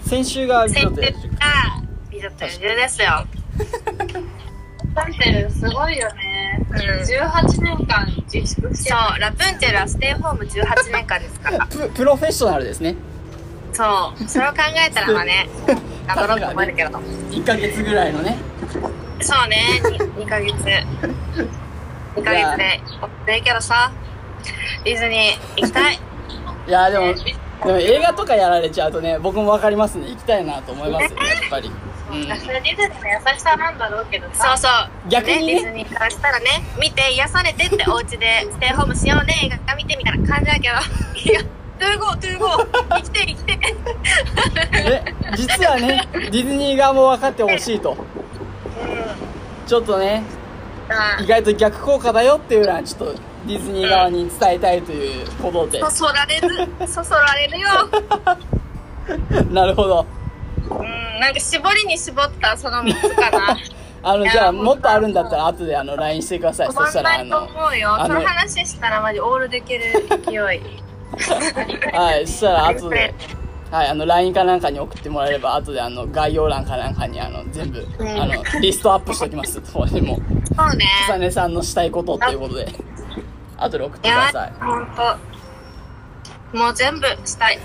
先週がち先ょっと生がやってる美女と野獣ですよ。ラプンツェルすごいよね。うん18年間自粛してそう、ラプンツェルはステイホーム18年間ですから。ププロフェッショナルですねそう、それを考えたらまあね、頑張ろうと思え <laughs> るけど。 1ヶ月ぐらいのねそうね、2ヶ月。2ヶ月で、おっていけどさ、ディズニー行きたい。いやでもでも映画とかやられちゃうとね僕も分かりますね行きたいなと思いますよねやっぱり、うん、それディズニーの優しさなんだろうけどそさうそう。逆にねディズニーからしたらね、見て癒されてってお家でステイホームしようね、映画見てみたいな感じだけど。 <laughs> いや、トゥーゴー、トゥーゴー、生きて生きて。で実はねディズニー側も分かってほしいとちょっとね意外と逆効果だよっていうのはちょっとディズニー側に伝えたいということでそそられる、そそられるよ。なるほどうん、なんか絞りに絞ったその3つかな。 <laughs> あのいやじゃあもうもっとあるんだったら後であの LINE してください止そましたんらなあいとの思うよ。あそのの話したらマジオールできる <laughs> 勢い。はいそしたら後ではいあの LINE かなんかに送ってもらえれば後であの概要欄かなんかにあの全部んあのリストアップしておきます <laughs> これもそうね。草根さんのしたいことっていうことで後で送っいてくだやさい、ほんと。もう全部し <laughs> たい。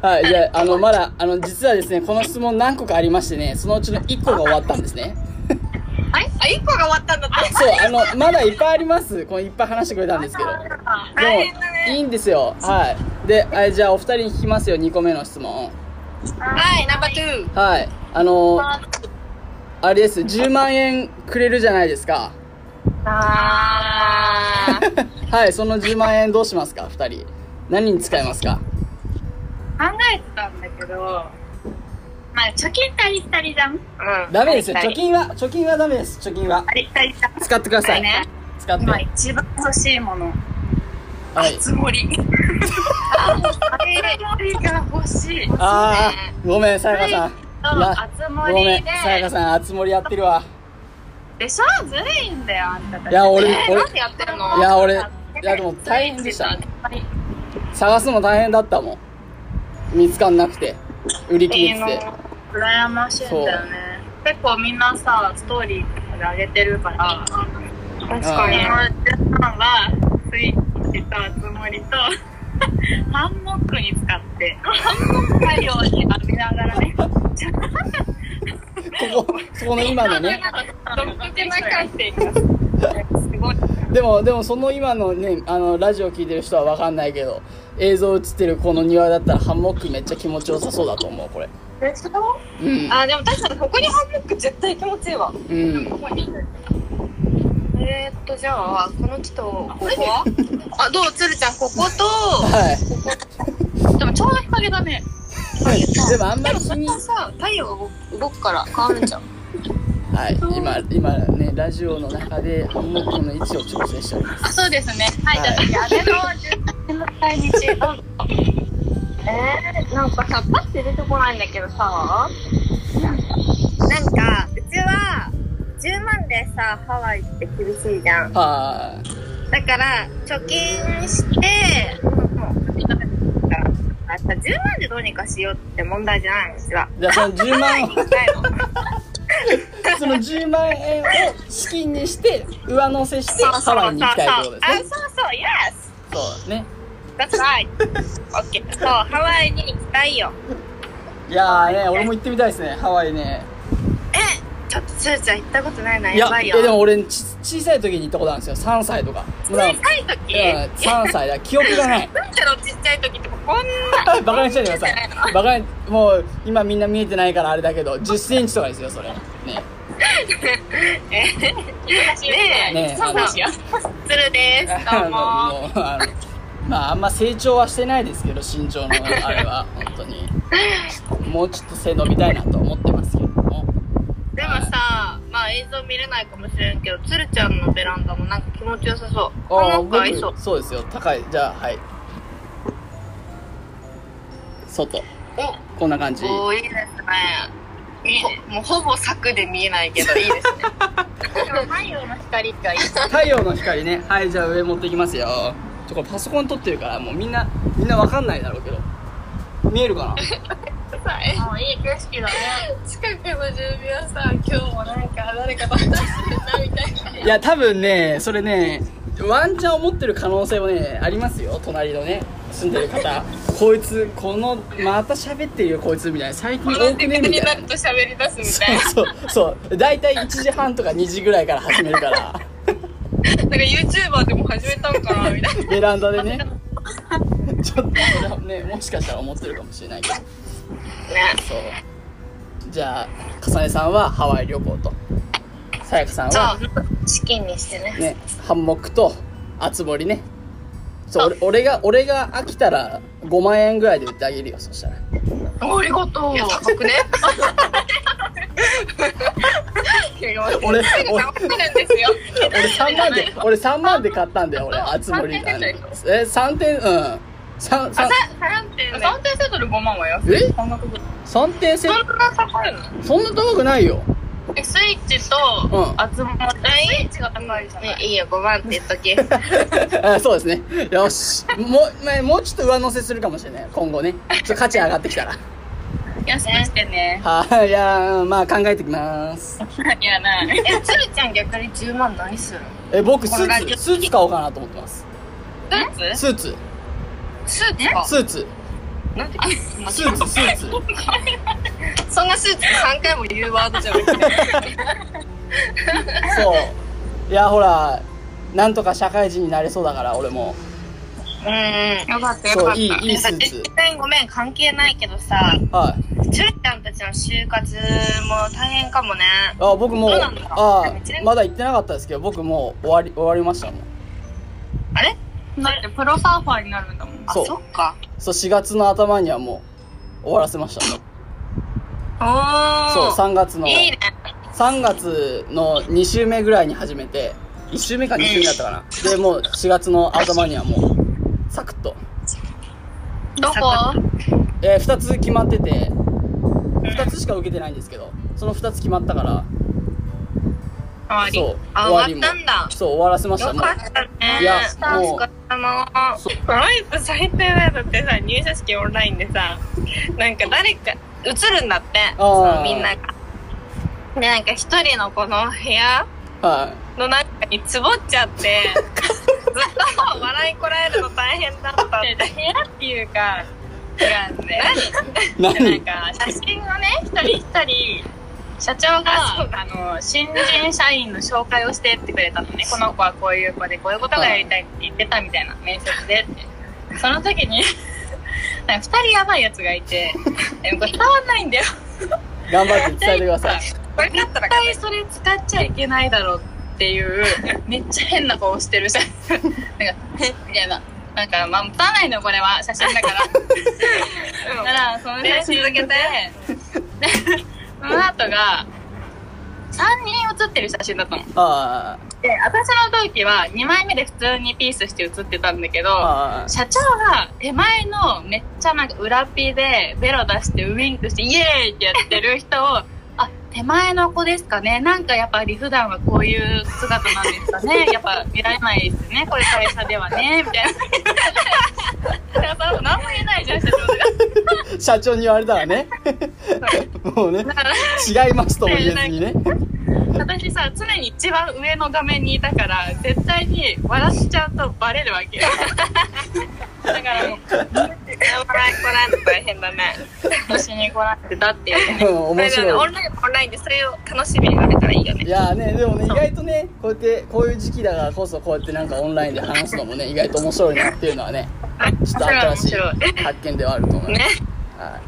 はい、じゃあ、あの、まだ、あの、実はですね、この質問何個かありましてね、そのうちの1個が終わったんですね。はいあ、1個が終わったんだって。そう、あの、まだいっぱいあります。このいっぱい話してくれたんですけど。大変だでも、いね。いんですよ。はい。で、あじゃあ、お二人に聞きますよ、2個目の質問。はい、ナンバー2。はい。あの、あれです、10万円くれるじゃないですか。あー。はい、その10万円どうしますか、二人。何に使いますか考えてたんだけど、まあ貯金ってありきたりじゃんうんダメですよ、あり貯金は、貯金はダメです、貯金はあ。りきたりじゃん。使ってください。ね、使って。今一番欲しいもの。はい。つもり。あれつもりが欲しい。ああ、ごめん、さやかさん。いやあつ森でごめん、さやかさん、あつ森やってるわ。でしょずるいんだよ、あんたたち。いや、俺、えー俺、なんでやってるのいや、俺、いや、でも大変でした。探すの大変だったもん。見つかんなくて。売り切いいれのてて。羨ましいんだよね結構みんなさストーリーとかで上げてるから確かかにに俺。はスイッチとあつ森と <laughs> ハンモックに使ってハンモック太陽に浴びながらねここ、そこの今のね。どっちなかってすごいでも、でもその今のね、あの、ラジオ聞いてる人はわかんないけど、映像映ってるこの庭だったらハンモックめっちゃ気持ちよさそうだと思う、これ。でしょうん。あー、でも確かにここにハンモック絶対気持ちいいうわ。ん。ここにええー、っとじゃあこの木とここはあどうつるちゃんこことはいここでもちょうど日陰だね。でもあんまでりもそ気れにはさ太陽が動動くから変わるんじゃんはい今今ねラジオの中でハンモックの位置を調整しておりますあ、そうですね。はい、はいじゃあ、矢部の住宅の対日。えー、なんかさパッて出てこないんだけどさなんかうちは10万でさハワイって厳しいじゃんはだから貯金してもう貯金食べてるからあさ10万でどうにかしようって問題じゃないのうちは。いじゃあその10万を行きたいのその10万円を資金にして上乗せしてハワイに行きたいってことですねそうそう、yes! そうね That's right! OK。そう、ハワイに行きたいよ。いやーね俺も行ってみたいですねハワイねえ、ちょっと、つーちゃん行ったことないな、いややばいいよ。やでも俺ち小さい時に行ったことあるんですよ3歳とか小さい時いや3歳だ記憶がない <laughs> <laughs> なんだろう、ちっちゃい時ってこんな。バカにしないでくだ <laughs> さいバカにもう今みんな見えてないからあれだけど1 0ンチとかですよそれねえねねえそうなんですよ。つるです。どう <laughs> も。もうあのまああんま成長はしてないですけど身長のあれは本当にもうちょっと背伸びたいなと思ってますけどもでもさ、まあ映像見れないかもしれんけど、つるちゃんのベランダもなんか気持ちよさそう。ああなんか合いそう僕。そうですよ高いじゃあはい外こんな感じおおーいいですね。いいねもうほぼ柵で見えないけど、いい <laughs> ですね。太陽の光がいい。 <laughs> 太陽の光ねはいじゃあ上持ってきますよちょこれパソコン撮ってるからもうみんなみんなわかんないだろうけど見えるかなもういい景色だね。近くの住民はさ今日もなんか誰 <laughs> かと話してるなみたいないや多分ねそれねワンチャンを持ってる可能性もねありますよ隣のね住んでる方こいつこのまた喋ってるよこいつみたいな最近多くねみたいなと喋り出すそうそうそう大体1時半とか2時ぐらいから始めるからなんか YouTuber でも始めたんかなみたいなベランダでねちょっとそれはねもしかしたら思ってるかもしれないけどそうじゃあかさねさんはハワイ旅行とさやかさんはそう資金にしてねねハンモックと厚りねそう俺俺が俺が飽きたら5万円ぐらいで売ってあげるよそしたらありがとういや高くね <laughs> 俺高俺くなんですよ俺3万で俺3万で買ったんだよ俺あ厚り3点でしえ3点うん三三3点3点セットで5万は安い。え半額ぐらい。三点セそんな高いのそんな高くないよえ、スイッチと、うんあつも、スイッチが高いじゃなねい。いいよ5万って言っとき <laughs> あそうですねよしもう、まあ、もうちょっと上乗せするかもしれない今後ねちょっと価値上がってきたら安くしてね。はいいやーまあ考えてきますいやな。えつるちゃん逆に10万何するのえ僕スこのラージツオスーツ買おうかなと思ってますスーツスーツスーツかスーツなんてスーツスー <laughs> ツそんなスーツ3回も言うワードじゃなくてそういやほらなんとか社会人になれそうだから俺もうんよかったよそかうったいいいいスーツ絶対ごめん関係ないけどさはいちゅるちゃんたちの就活も大変かもねあ僕もうそうなんだあ一年まだ行ってなかったですけど僕もう終わり終わりましたもんあれだってプロサーファーになるんだもん。あそそうっかそう4月の頭にはもう終わらせましたそおうお3月のいいね3月の2週目ぐらいに始めて1週目か2週目だったかなでもう4月の頭にはもうサクッとどこえー、2つ決まってて2つしか受けてないんですけどその2つ決まったからありそうあ終わり終もわったんだそう終わらせましたよもうかったねいやもうもうお疲れ様そうフロイプ最低だよだってさ入社式オンラインでさなんか誰か映るんだってあーそのみんながでなんか一人のこの部屋はの中につぼっちゃって <laughs> ずっと笑いこらえるの大変だったって部屋っていうか、違うんで。い何なんか写真をね一人一人社長があそあの新人社員の紹介をしてってくれたのねこの子はこういう子でこういうことがやりたいって言ってたみたいな面接でってその時に <laughs> なんか2人やばいやつがいて <laughs> でもこれ伝わんないんだよ頑張って伝えてくださいこれだったら絶対それ使っちゃいけないだろうっていう、めっちゃ変な顔してる写真。なんか、みたいな。なんか、まあ、持たないのよこれは、写真だから。だから、その写真続けて、で <laughs> その後が、3人写ってる写真だったの。あで、私の同期は2枚目で普通にピースして写ってたんだけど、あ社長が手前のめっちゃなんか裏ピでベロ出してウインクしてイエーイってやってる人を、あ、手前の子ですかねなんかやっぱり普段はこういう姿なんですか <laughs> ねやっぱ見られないですね。これ会社ではね。みたいな。 <laughs> だから何も言えないじゃん、社長あ社長に言われたらね <laughs> もうねが。だから違いますとも言えずにね私さ、常に一番上の画面にいたから、絶対に笑っちゃうとバレるわけよ。だからもう、オンライン、オンラインとか大変だね。私に来なくてだっていうね。うんそれ <laughs> 面でオ白いンライン、オンラインでそれを楽しみになれたらいい <laughs> よいね。やーねでもね意外とねこうやってこういう時期だからこそこうやってなんかオンラインで話すのもね意外と面白いなっていうのはねちょっと新しそれは面い発見ではあると思います、ね。はい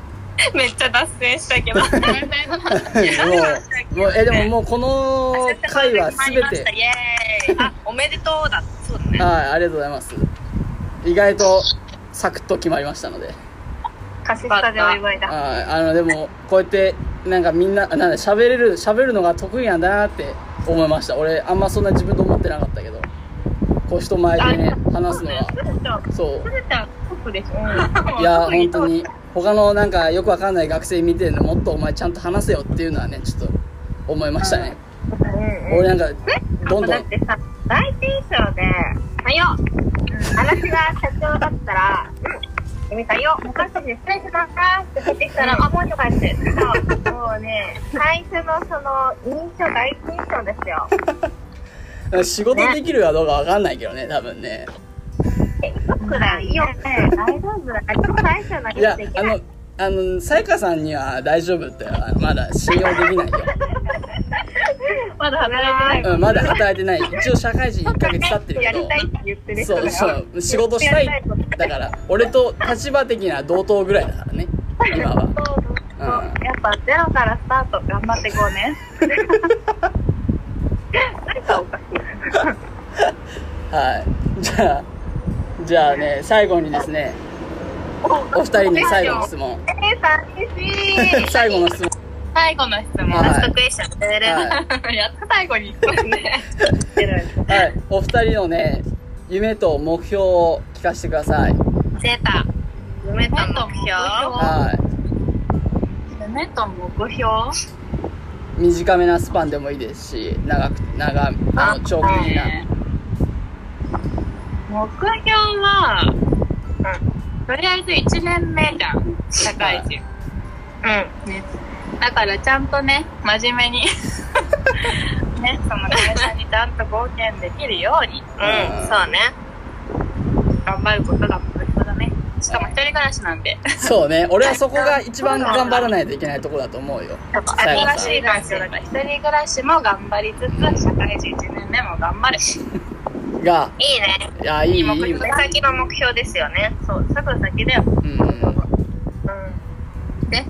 めっちゃ脱線したけど。全体の話も <laughs> う、もうえ、でももうこの回はすべて、イエーイ。あ、おめでとうだ。そうだね。はい、ありがとうございます。意外と、サクッと決まりましたので。カシスタでお祝いだ。はい、あの、でも、こうやって、なんかみんな、なんだ、喋れる、喋るのが得意なんだなって思いました。俺、あんまそんな自分と思ってなかったけど、こう人前でね、話すのは、そう。れちゃん、トップでしょ。いや本当に他のなんかよくわかんない学生見てるのもっとお前ちゃんと話せよっていうのはねちょっと思いましたね、俺なんかどんどだっんてさ、第一印象で、さよ、私が社長だったら、うん、さよ、お母さんに失礼しますって出てきたら、あ、もうとかって、そうもうね、最初のその、印象、第一印象ですよ。仕事できるかどうかわかんないけどね多分ね僕ら、いいよね、大丈夫だ。あ、ちょっと最初のいや話できあない。のあのさやかさんには大丈夫ってあのまだ信用でき <laughs> ないよ、まだ働いてうん、まだ働いてない一応社会人1ヶ月経ってるやけどりたいって言ってるそ人だうよ。そう仕事したいだから俺と立場的には同等ぐらいだからね今はそうそうそうやっぱゼロからスタート頑張っていこうね。なんかおかしい。はいじゃあじゃあね最後にですねお二人に最後の質問えー、寂しい。最後の質問最後の質問。はいラストクエスチョン出る。は <laughs> やっと最後に行った <laughs> ね。い、はい、お二人のね夢と目標を聞かせてくださいゼータ。夢と目標はい夢と目標短めなスパンでもいいですし長く長あの長期的なね目標は、とりあえず1年目じゃん。社会人。うね。だからちゃんとね、真面目に。 <laughs> ね、その会社にちゃんと貢献できるように、ん。うん、そうね。頑張ることが目標だね。しかも一人暮らしなんで。そうね俺はそこが一番頑張らないといけないところだと思うよやっぱさや新かしさんい暮らしだから一人暮らしも頑張りつつ、社会人1年目も頑張るし。がいいね。いやいいいい、うん、目先の目標ですよね。そう、すぐ先だよ。うん。 <laughs> なんで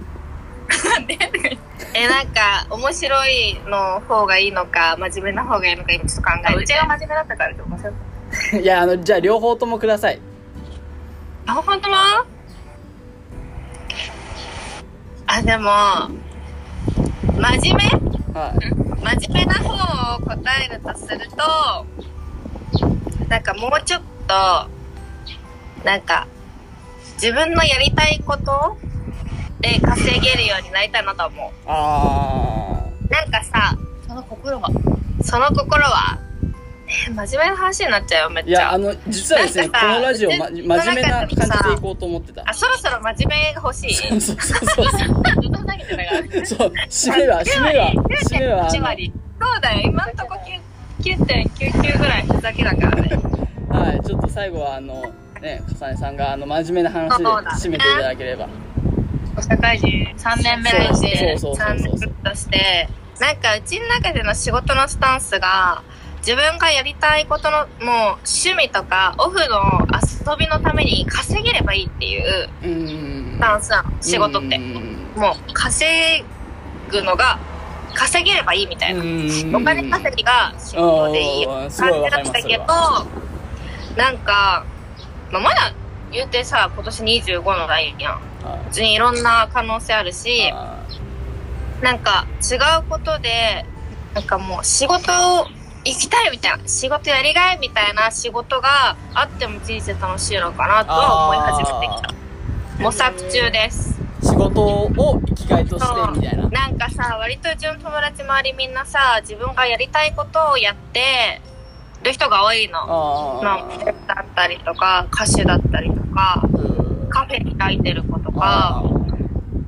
<laughs> え、なんか、面白いの方がいいのか、真面目な方がいいのか、今ちょっと考えて。うちが真面目だったからって面白い。 <laughs> いやあのじゃあ両方ともくださいあ、本当もあ、でも、真面目はい真面目な方を答えるとするとなんかもうちょっとなんか自分のやりたいことで稼げるようになりたいなと思あうなんかさその心は。その心は、えー真面目な話になっちゃうよめっーいちやあゃの実はですねなんこかさのラジオ、ま、真ずっとなんか面目な感じでさいこうと思ってたあそろそろ真面目が欲しいそうそうそうそうずっと投げてたから。そう締めは締めは締めはあ8の割。そうだよ今んとこ9 9.99ぐらいふざけだからねはい、ちょっと最後はあの、ね、かさねさんがあの真面目な話で締めていただければ。社会人3年目だし。そうそう三そうそう年としてなんかうちの中での仕事のスタンスが自分がやりたいことのもう趣味とかオフの遊びのために稼げればいいっていううーんスタンスなの仕事ってうーんもう稼ぐのが稼げればいいみたいな。うんお金稼ぎが仕事でいいようんす感ごいじわかだりますったそれけどは、なんか、まあ、まだ言うてさ、今年25のラインやん。は別にいろんな可能性あるいし、あなんか違うことで、なんかもう仕事を行きたいみたいな、仕事やりがいみたいな仕事があっても人生楽しいのかなとは思い始めてきた。模索中です。ー仕事を生きがいとしそうてみたいななんかさ、割とうちの友達周りみんなさ、自分がやりたいことをやってる人が多いの。まああ、ーだったりとか、歌手だったりとか、うんカフェ開いてる子とあか、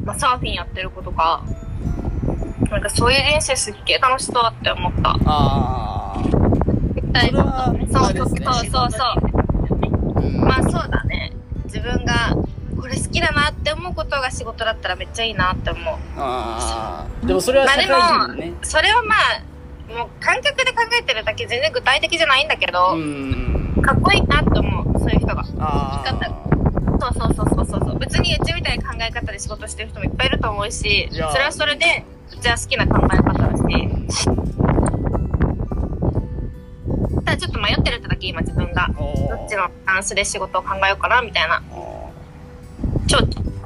まあ、サーフィンやってる子とか、なんかそういう人生すっげえ楽しそうって思った。ーあー絶対それはそうあれそでうすねそうそうそう。うんまあそうだね。自分がこれ好きだなって思うことが仕事だったらめっちゃいいなって思う。あーでもそれは社会人のねそれはまあ、もう感覚で考えてるだけ全然具体的じゃないんだけど、うんかっこいいなって思う、そういう人が。あ生きそうそうそうそうそうそう別にうちみたいな考え方で仕事してる人もいっぱいいると思うしいそやれはそれでうちは好きな考え方だしただちょっと迷ってるってだけ今自分があおどっちーのスタンスで仕事を考えようかなみたいなお超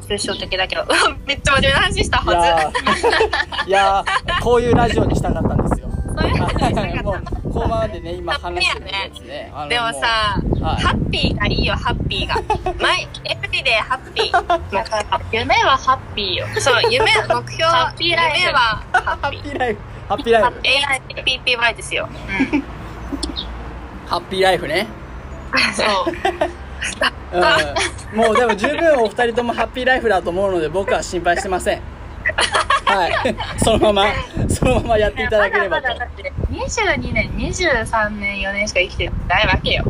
抽象的だけどう <laughs> わめっちゃ真面目な話したーいはやーいやーこういうラジオにしたかったんですよずそういう話したかったものうこうまでね今話してるやつねあのでもさ、はいハッピーがいいよハッピーが毎エブリデイハッピーだから夢はハッピーよ。そう夢目標ハッピーライフ夢はハハッピーッピーライフハッピーライフ HPPY ですよ。ハッピーライフねそう。うん、もうでも十分お二人ともハッピーライフだと思うので僕は心配してませんはいそのままそのままやっていただければとまだまだだって22年、23年、4年しか生きてないわけよ。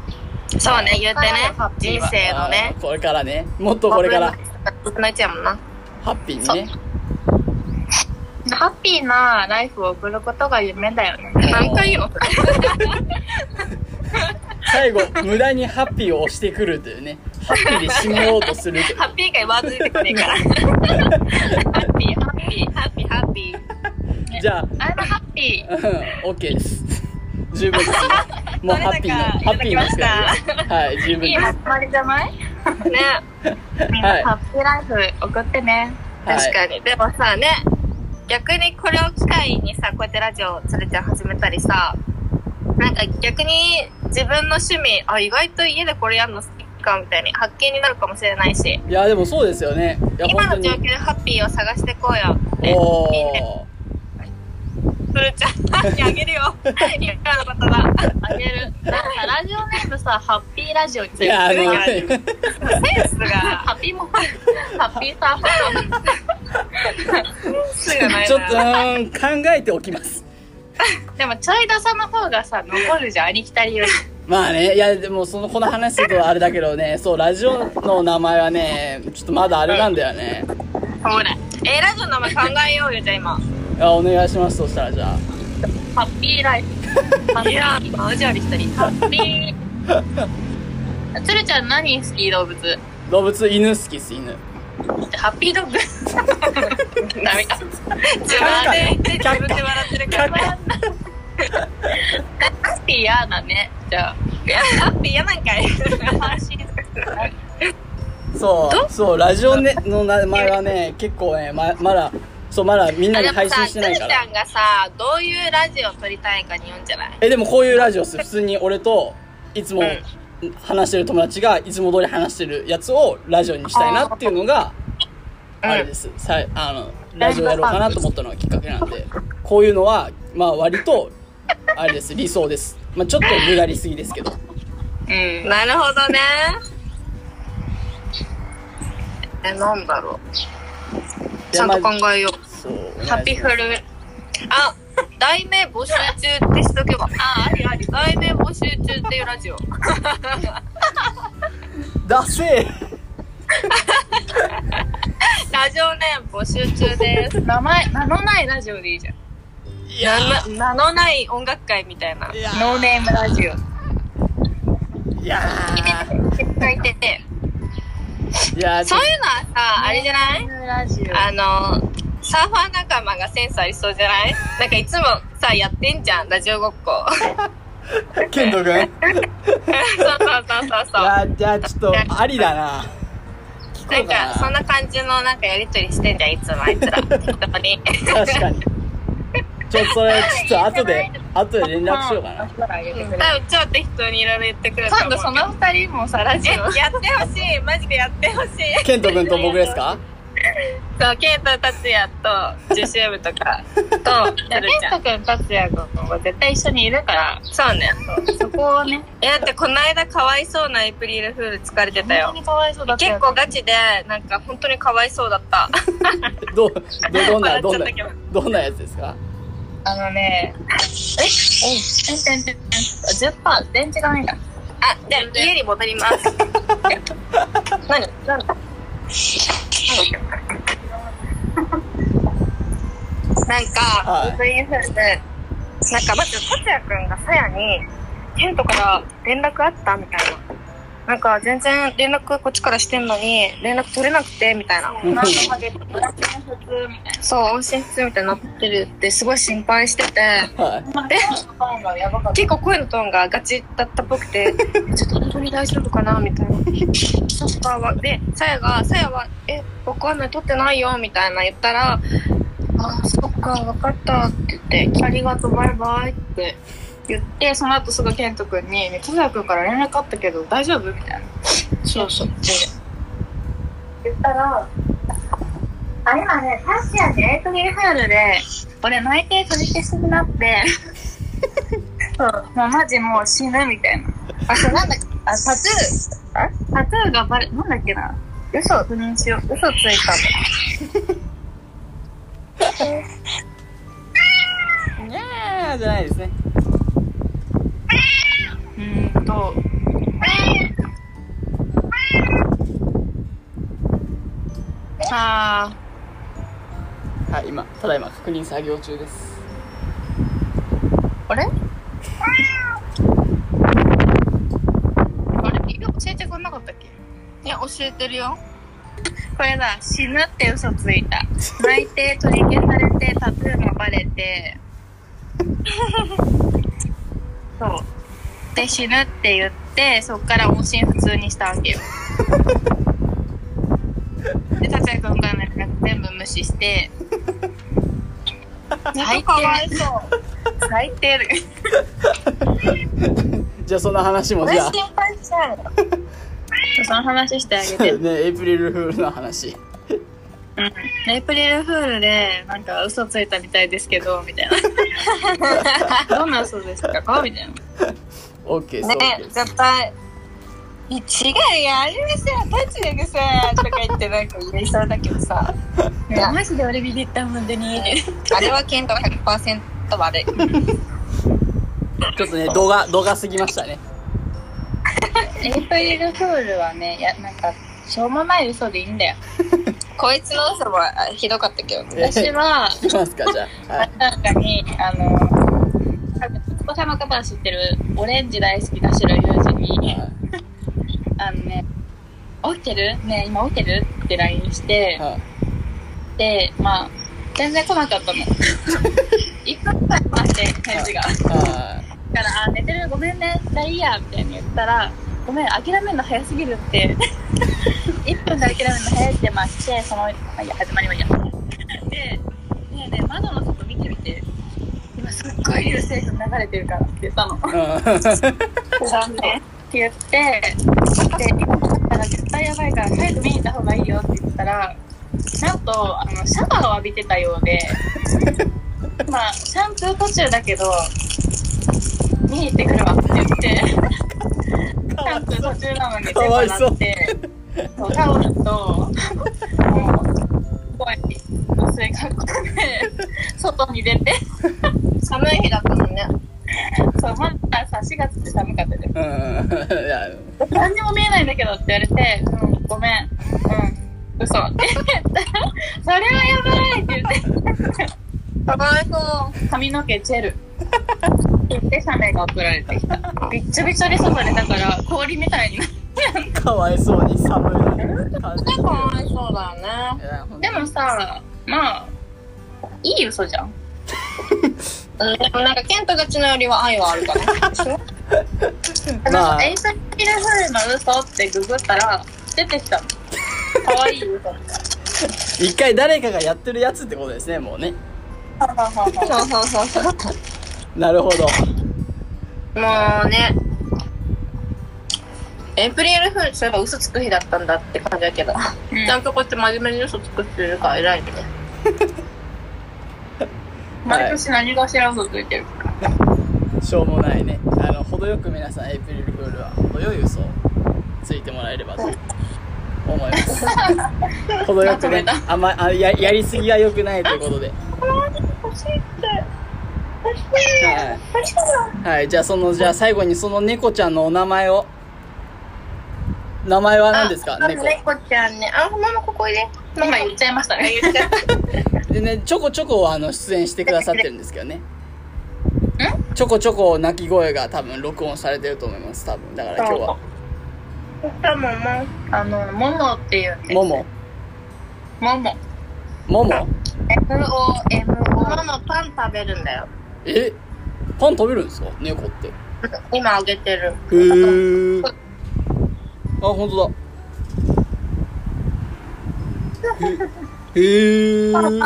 そうね、言うてねハッ、ピー人は生のねあー、これからねもっとこれから僕のやつやもんな。ハッピーにねハッピーなライフを送ることが夢だよね。何回よ。 <laughs> 最後無駄にハッピーを押してくるというねハッピーで締めようとするという <laughs> ハッピー以外ワード出てこねえから。ハッピー、ハッピー、ハッピー、ハッピー。じゃああれもハッピー。うん OK です十分です <laughs> もうハッピーのハッピーの使いですはい十分いいで始まりじゃないね、みんはないハッピーライフ送ってね。す確かに。でもさ、ね、逆にこれを機会にさ、こうやってラジオつれちゃん始めたりさ、なんか逆に自分の趣味、あ、意外と家でこれやるの好きかみたいに発見になるかもしれないし、いやでもそうですよねいや今本当のに状況でハッピーを探してこうよって。おいいねおつるちゃんにあげ <laughs> るよ。今のことだ。あげる。なんかラジオネームさ、ハッピーラジオについいてるやあからのハセンスが、ッピーも、ハッピーさ、センスがない <laughs> な。ちょっとうーん考えておきますでもちょい出さの方がさ、残るじゃん、ありきたりより。まあねいやでもそのこの話するとあれだけどね <laughs> そうラジオの名前はねちょっとまだあれなんだよねほら。えー、ラジオの名前考えようよ、じゃあ今。いやお願いしますそしたらじゃあハッピーライフ。いやー、マジありきたり。ハッピー。つるちゃん何好き動物動物犬好きっす犬ハッピードッグ。ダメか。自分で、自分で笑ってるから。ハハッピー嫌だね。じゃあ。ッピー嫌なんかい。そうそうラジオ、ね、の名前はね結構ねままだそうまだみんなあにでも配信さ、してつないるちからゃんがさ、どういうラジオを撮りたいかによんじゃないえでもこういうラジオっす普通に俺といつも話してる友達がいつも通り話してるやつをラジオにしたいなっていうのがうんあれです、さいあのラジオやろうかなと思ったのがきっかけなんでこういうのはまあ割とあれです理想です、まあ、ちょっと無駄りすぎですけどうん。なるほどね。え、なんだろう。ちゃんと考えよう。そうハッピーフル。あ、題名募集中ってしとけば。 <laughs> あ、ありあり。題名募集中っていうラジオ。ダセえ <laughs> ラジオネーム募集中です。名前、名のないラジオでいいじゃん。い名やの名のない音楽会みたいな。いやノーネームラジオ。いや絶対いてて。いやそういうのはさ、あれじゃないラジオ。あの、サーファー仲間がセンスありそうじゃないなんかいつもさ、やってんじゃん、ラジオごっ <laughs> こ。ケント君そうそうそうそういそう。やじゃあちょっとありだな聞なこうんか、そかんなな感じのなんかやりとりしてんじゃん、いつもあいつら。適当に。確 <laughs> かにちょっとそれちょっと後で後で連絡しようかな多分超適当にいろいろ言ってくると思今う。度その二人もさラジえ、オやってほしい。マジでやってほしい。ケント君と僕ですかそう、ケイト達也と、ジュシューブとか、と、ケやるじンゃトん。君達也君は絶対一緒にいるからそうね。そこをねえ、だってこの間かわいそうなエイプリルフール疲れてた本当よ。にかわいそうだったよ結構ガチで、なんか本当にかわいそうだ <laughs> った。どうどどんなどんな笑っちゃったどんなやつですかあのねえええええ10パー電池がないんだあ、じゃあ家に戻ります。 <laughs> は何何なんかい、僕いうふうで、なんかまず、達也くんがさやに、ケントから連絡あったみたいな。なんか、全然連絡こっちからしてんのに、連絡取れなくて、みたいな。うん何とかで友達の普通みたいそう、音信不通みたいになってるって、すごい心配してて。はいなでファンがやばかった結構声のトーンがガチだったっぽく <laughs> てちょっと本当に大丈夫かなみたいなそっかはでさやがさやは「えわかんない撮ってないよ」みたいな言ったら「あーそっかわかった」って言って「ありがとうバイバイ」って言ってその後すぐ健人君に「ね達也君から連絡あったけど大丈夫?」みたいなそうそう言ったら「あれはねタッシアでエイトリルフールで俺内定取り消しになってそうもうマジもう死ぬ」みたいなあそうなんだっけあタトゥーあタトゥーがバレなんだっけな嘘を不認しよう嘘ついたにゃーじゃないですねうーんとあはい今ただいま確認作業中ですあれあれ今教えてくれなかったっけーいや教えてるよこれだ死ぬって嘘ついた内定取り消されてタトゥーもバレてそうで死ぬって言ってそっから音信不通にしたわ <laughs> けよで達也君からの連絡全部無視して最かわいそう最低だ <laughs> じゃあその話もじゃあ心配しちゃうその話してあげてねエイプリルフールの話エイプリルフールでなんか嘘ついたみたいですけどみたい <laughs> などんな嘘ですかみたいな OK ですね OK です絶対「いや違うよあれはさ達也がさ」とか言ってなんか言いそうだけどさいやマジで俺ビビった本当にあれはケントが100%悪い。ちょっとね度が度が過ぎましたねエイプリルフールはねやなんかしょうもない嘘でいいんだよこいつの嘘もあひどかったけどね。え私は聞きますかじゃあ、はい、なんかにあの多分徹子様カバー知ってるオレンジ大好きな白い友人にはあのね起きてるねえ今起きてるって LINE してい、はいでまあ全然来なかったの1分くらい待って返事がはだから、あ、寝てる、ごめんね、じゃあいいや、みたいに言ったら、ごめん、諦めるの早すぎるって、1分で諦めるの早いってまして、その、まあ、いいや、始まりはいいや。で、ねえねえ、窓の外見てみて、今すっごい流星群流れてるからって言ったの。い残念。って言って、で、今だったら絶対やばいから、早く見に行った方がいいよって言ったら、なんと、あの、シャワーを浴びてたよ <laughs> うで、まあ、シャンプー途中だけど、見に行ってくるわって言って、シャンプー途中なのに手かわい放そうって、そうタオルと、もう、怖い、薄い格好で、外に出て、寒い日だったもんね。そう、まださ、4月って寒かったじゃんうんうんいや何にも見えないんだけどって言われて、うん、ごめん、うん、嘘 <laughs> って言ったら、それはやばいって言かっわいそう。て、髪の毛チェル。って言って、写メが送られてきた。びっちょびちょで外で、だから氷みたいに <laughs> なって。かわいそうに寒い感じかわいそうだよね。いやほんとでもさ、まあ、いい嘘じゃん。うん、でもなんか、ケントたちのよりは愛はあるかな。そうまなんあか、エイサキラフの嘘ってググったら、出てきたの。可愛い <laughs> 嘘。は一回誰かがやってるやつってことですねもうねはははそうそうそう。なるほどもうね。エイプリルフール、そういえば嘘つく日だったんだって感じだけど。うんちゃんとこうやって真面目に嘘つくっていうから偉いね。毎年何がしら嘘ついてるから。しょうもないねあの程よく皆さんエイプリルフールは程よい嘘をついてもらえればと思います <laughs> 程よくねまとあんまあややりすぎは良くないということで欲しいって。欲しい。はい欲しいな。はい、じゃあそのじゃあ最後にその猫ちゃんのお名前を名前は何ですかあ猫猫ちゃんね。あ、ママここで。マ今マ言っちゃいましたね。言っちゃった。でねちょこちょこあの出演してくださってるんですけどねちょこちょこ鳴き声が多分録音されてると思います多分だから今日は多分もう。あの、モモっていうね。ももモモ。もも M-O-M-O。ママパン食べるんだよ。えパン食べるんですか猫ってへ今あげてる。えあ本当だへへえ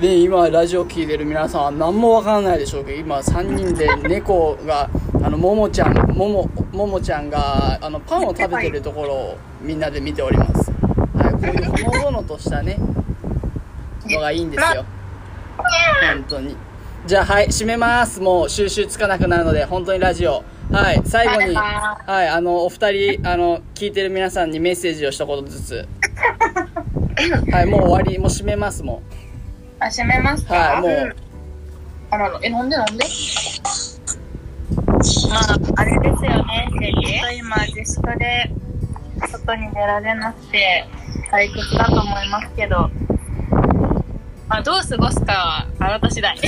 で今ラジオ聞いてる皆さんは何もわからないでしょうけど今3人で猫があのももちゃんももももちゃんがあのパンを食べてるところをみんなで見ております、はい、こういうほのぼのとしたねのがいいんですよ本当にじゃあはい閉めますもう収集つかなくなるので本当にラジオはい最後にバイバはいあのお二人あの聞いてる皆さんにメッセージを一言ずつはいもう終わりもう閉めますもあ、閉めますうかはいもう、あらら、え、なんでなんでまあ、あれですよね、ちょっと今、自粛で外に出られなくて、退屈だと思いますけど、まあ、どう過ごすかは、あなた次第。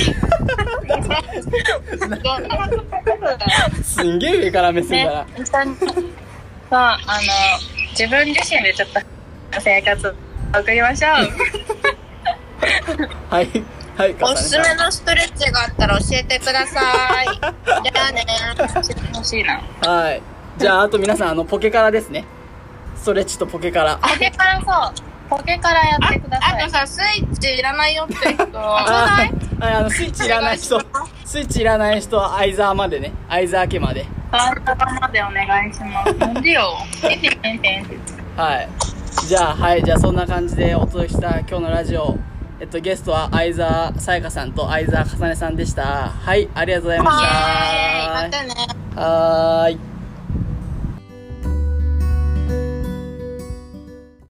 すんげえ上から目線だな、ね、本当に。 <laughs> そう、あの、自分自身でちょっと生活を送りましょう。はいはいおすすめ重ねのストレッチがあったら教えてください。じゃあね。欲しいな。たはいじゃああと皆さんあのポケカラですねストレッチとポケカラポケからそう、ポケからやってください。あとさ、スイッチいらないよって人。ちょうだい。あはいあのスイッチいらない人スイッチいらない人は相沢までね相沢家までカウントまでお願いします。なんで <laughs> よ。ピピピンピンはいじゃあはいじゃあそんな感じでお届けした今日のラジオえっとゲストは相沢さやかさんと相沢かさねさんでしたはいありがとうございましたまたね。はーい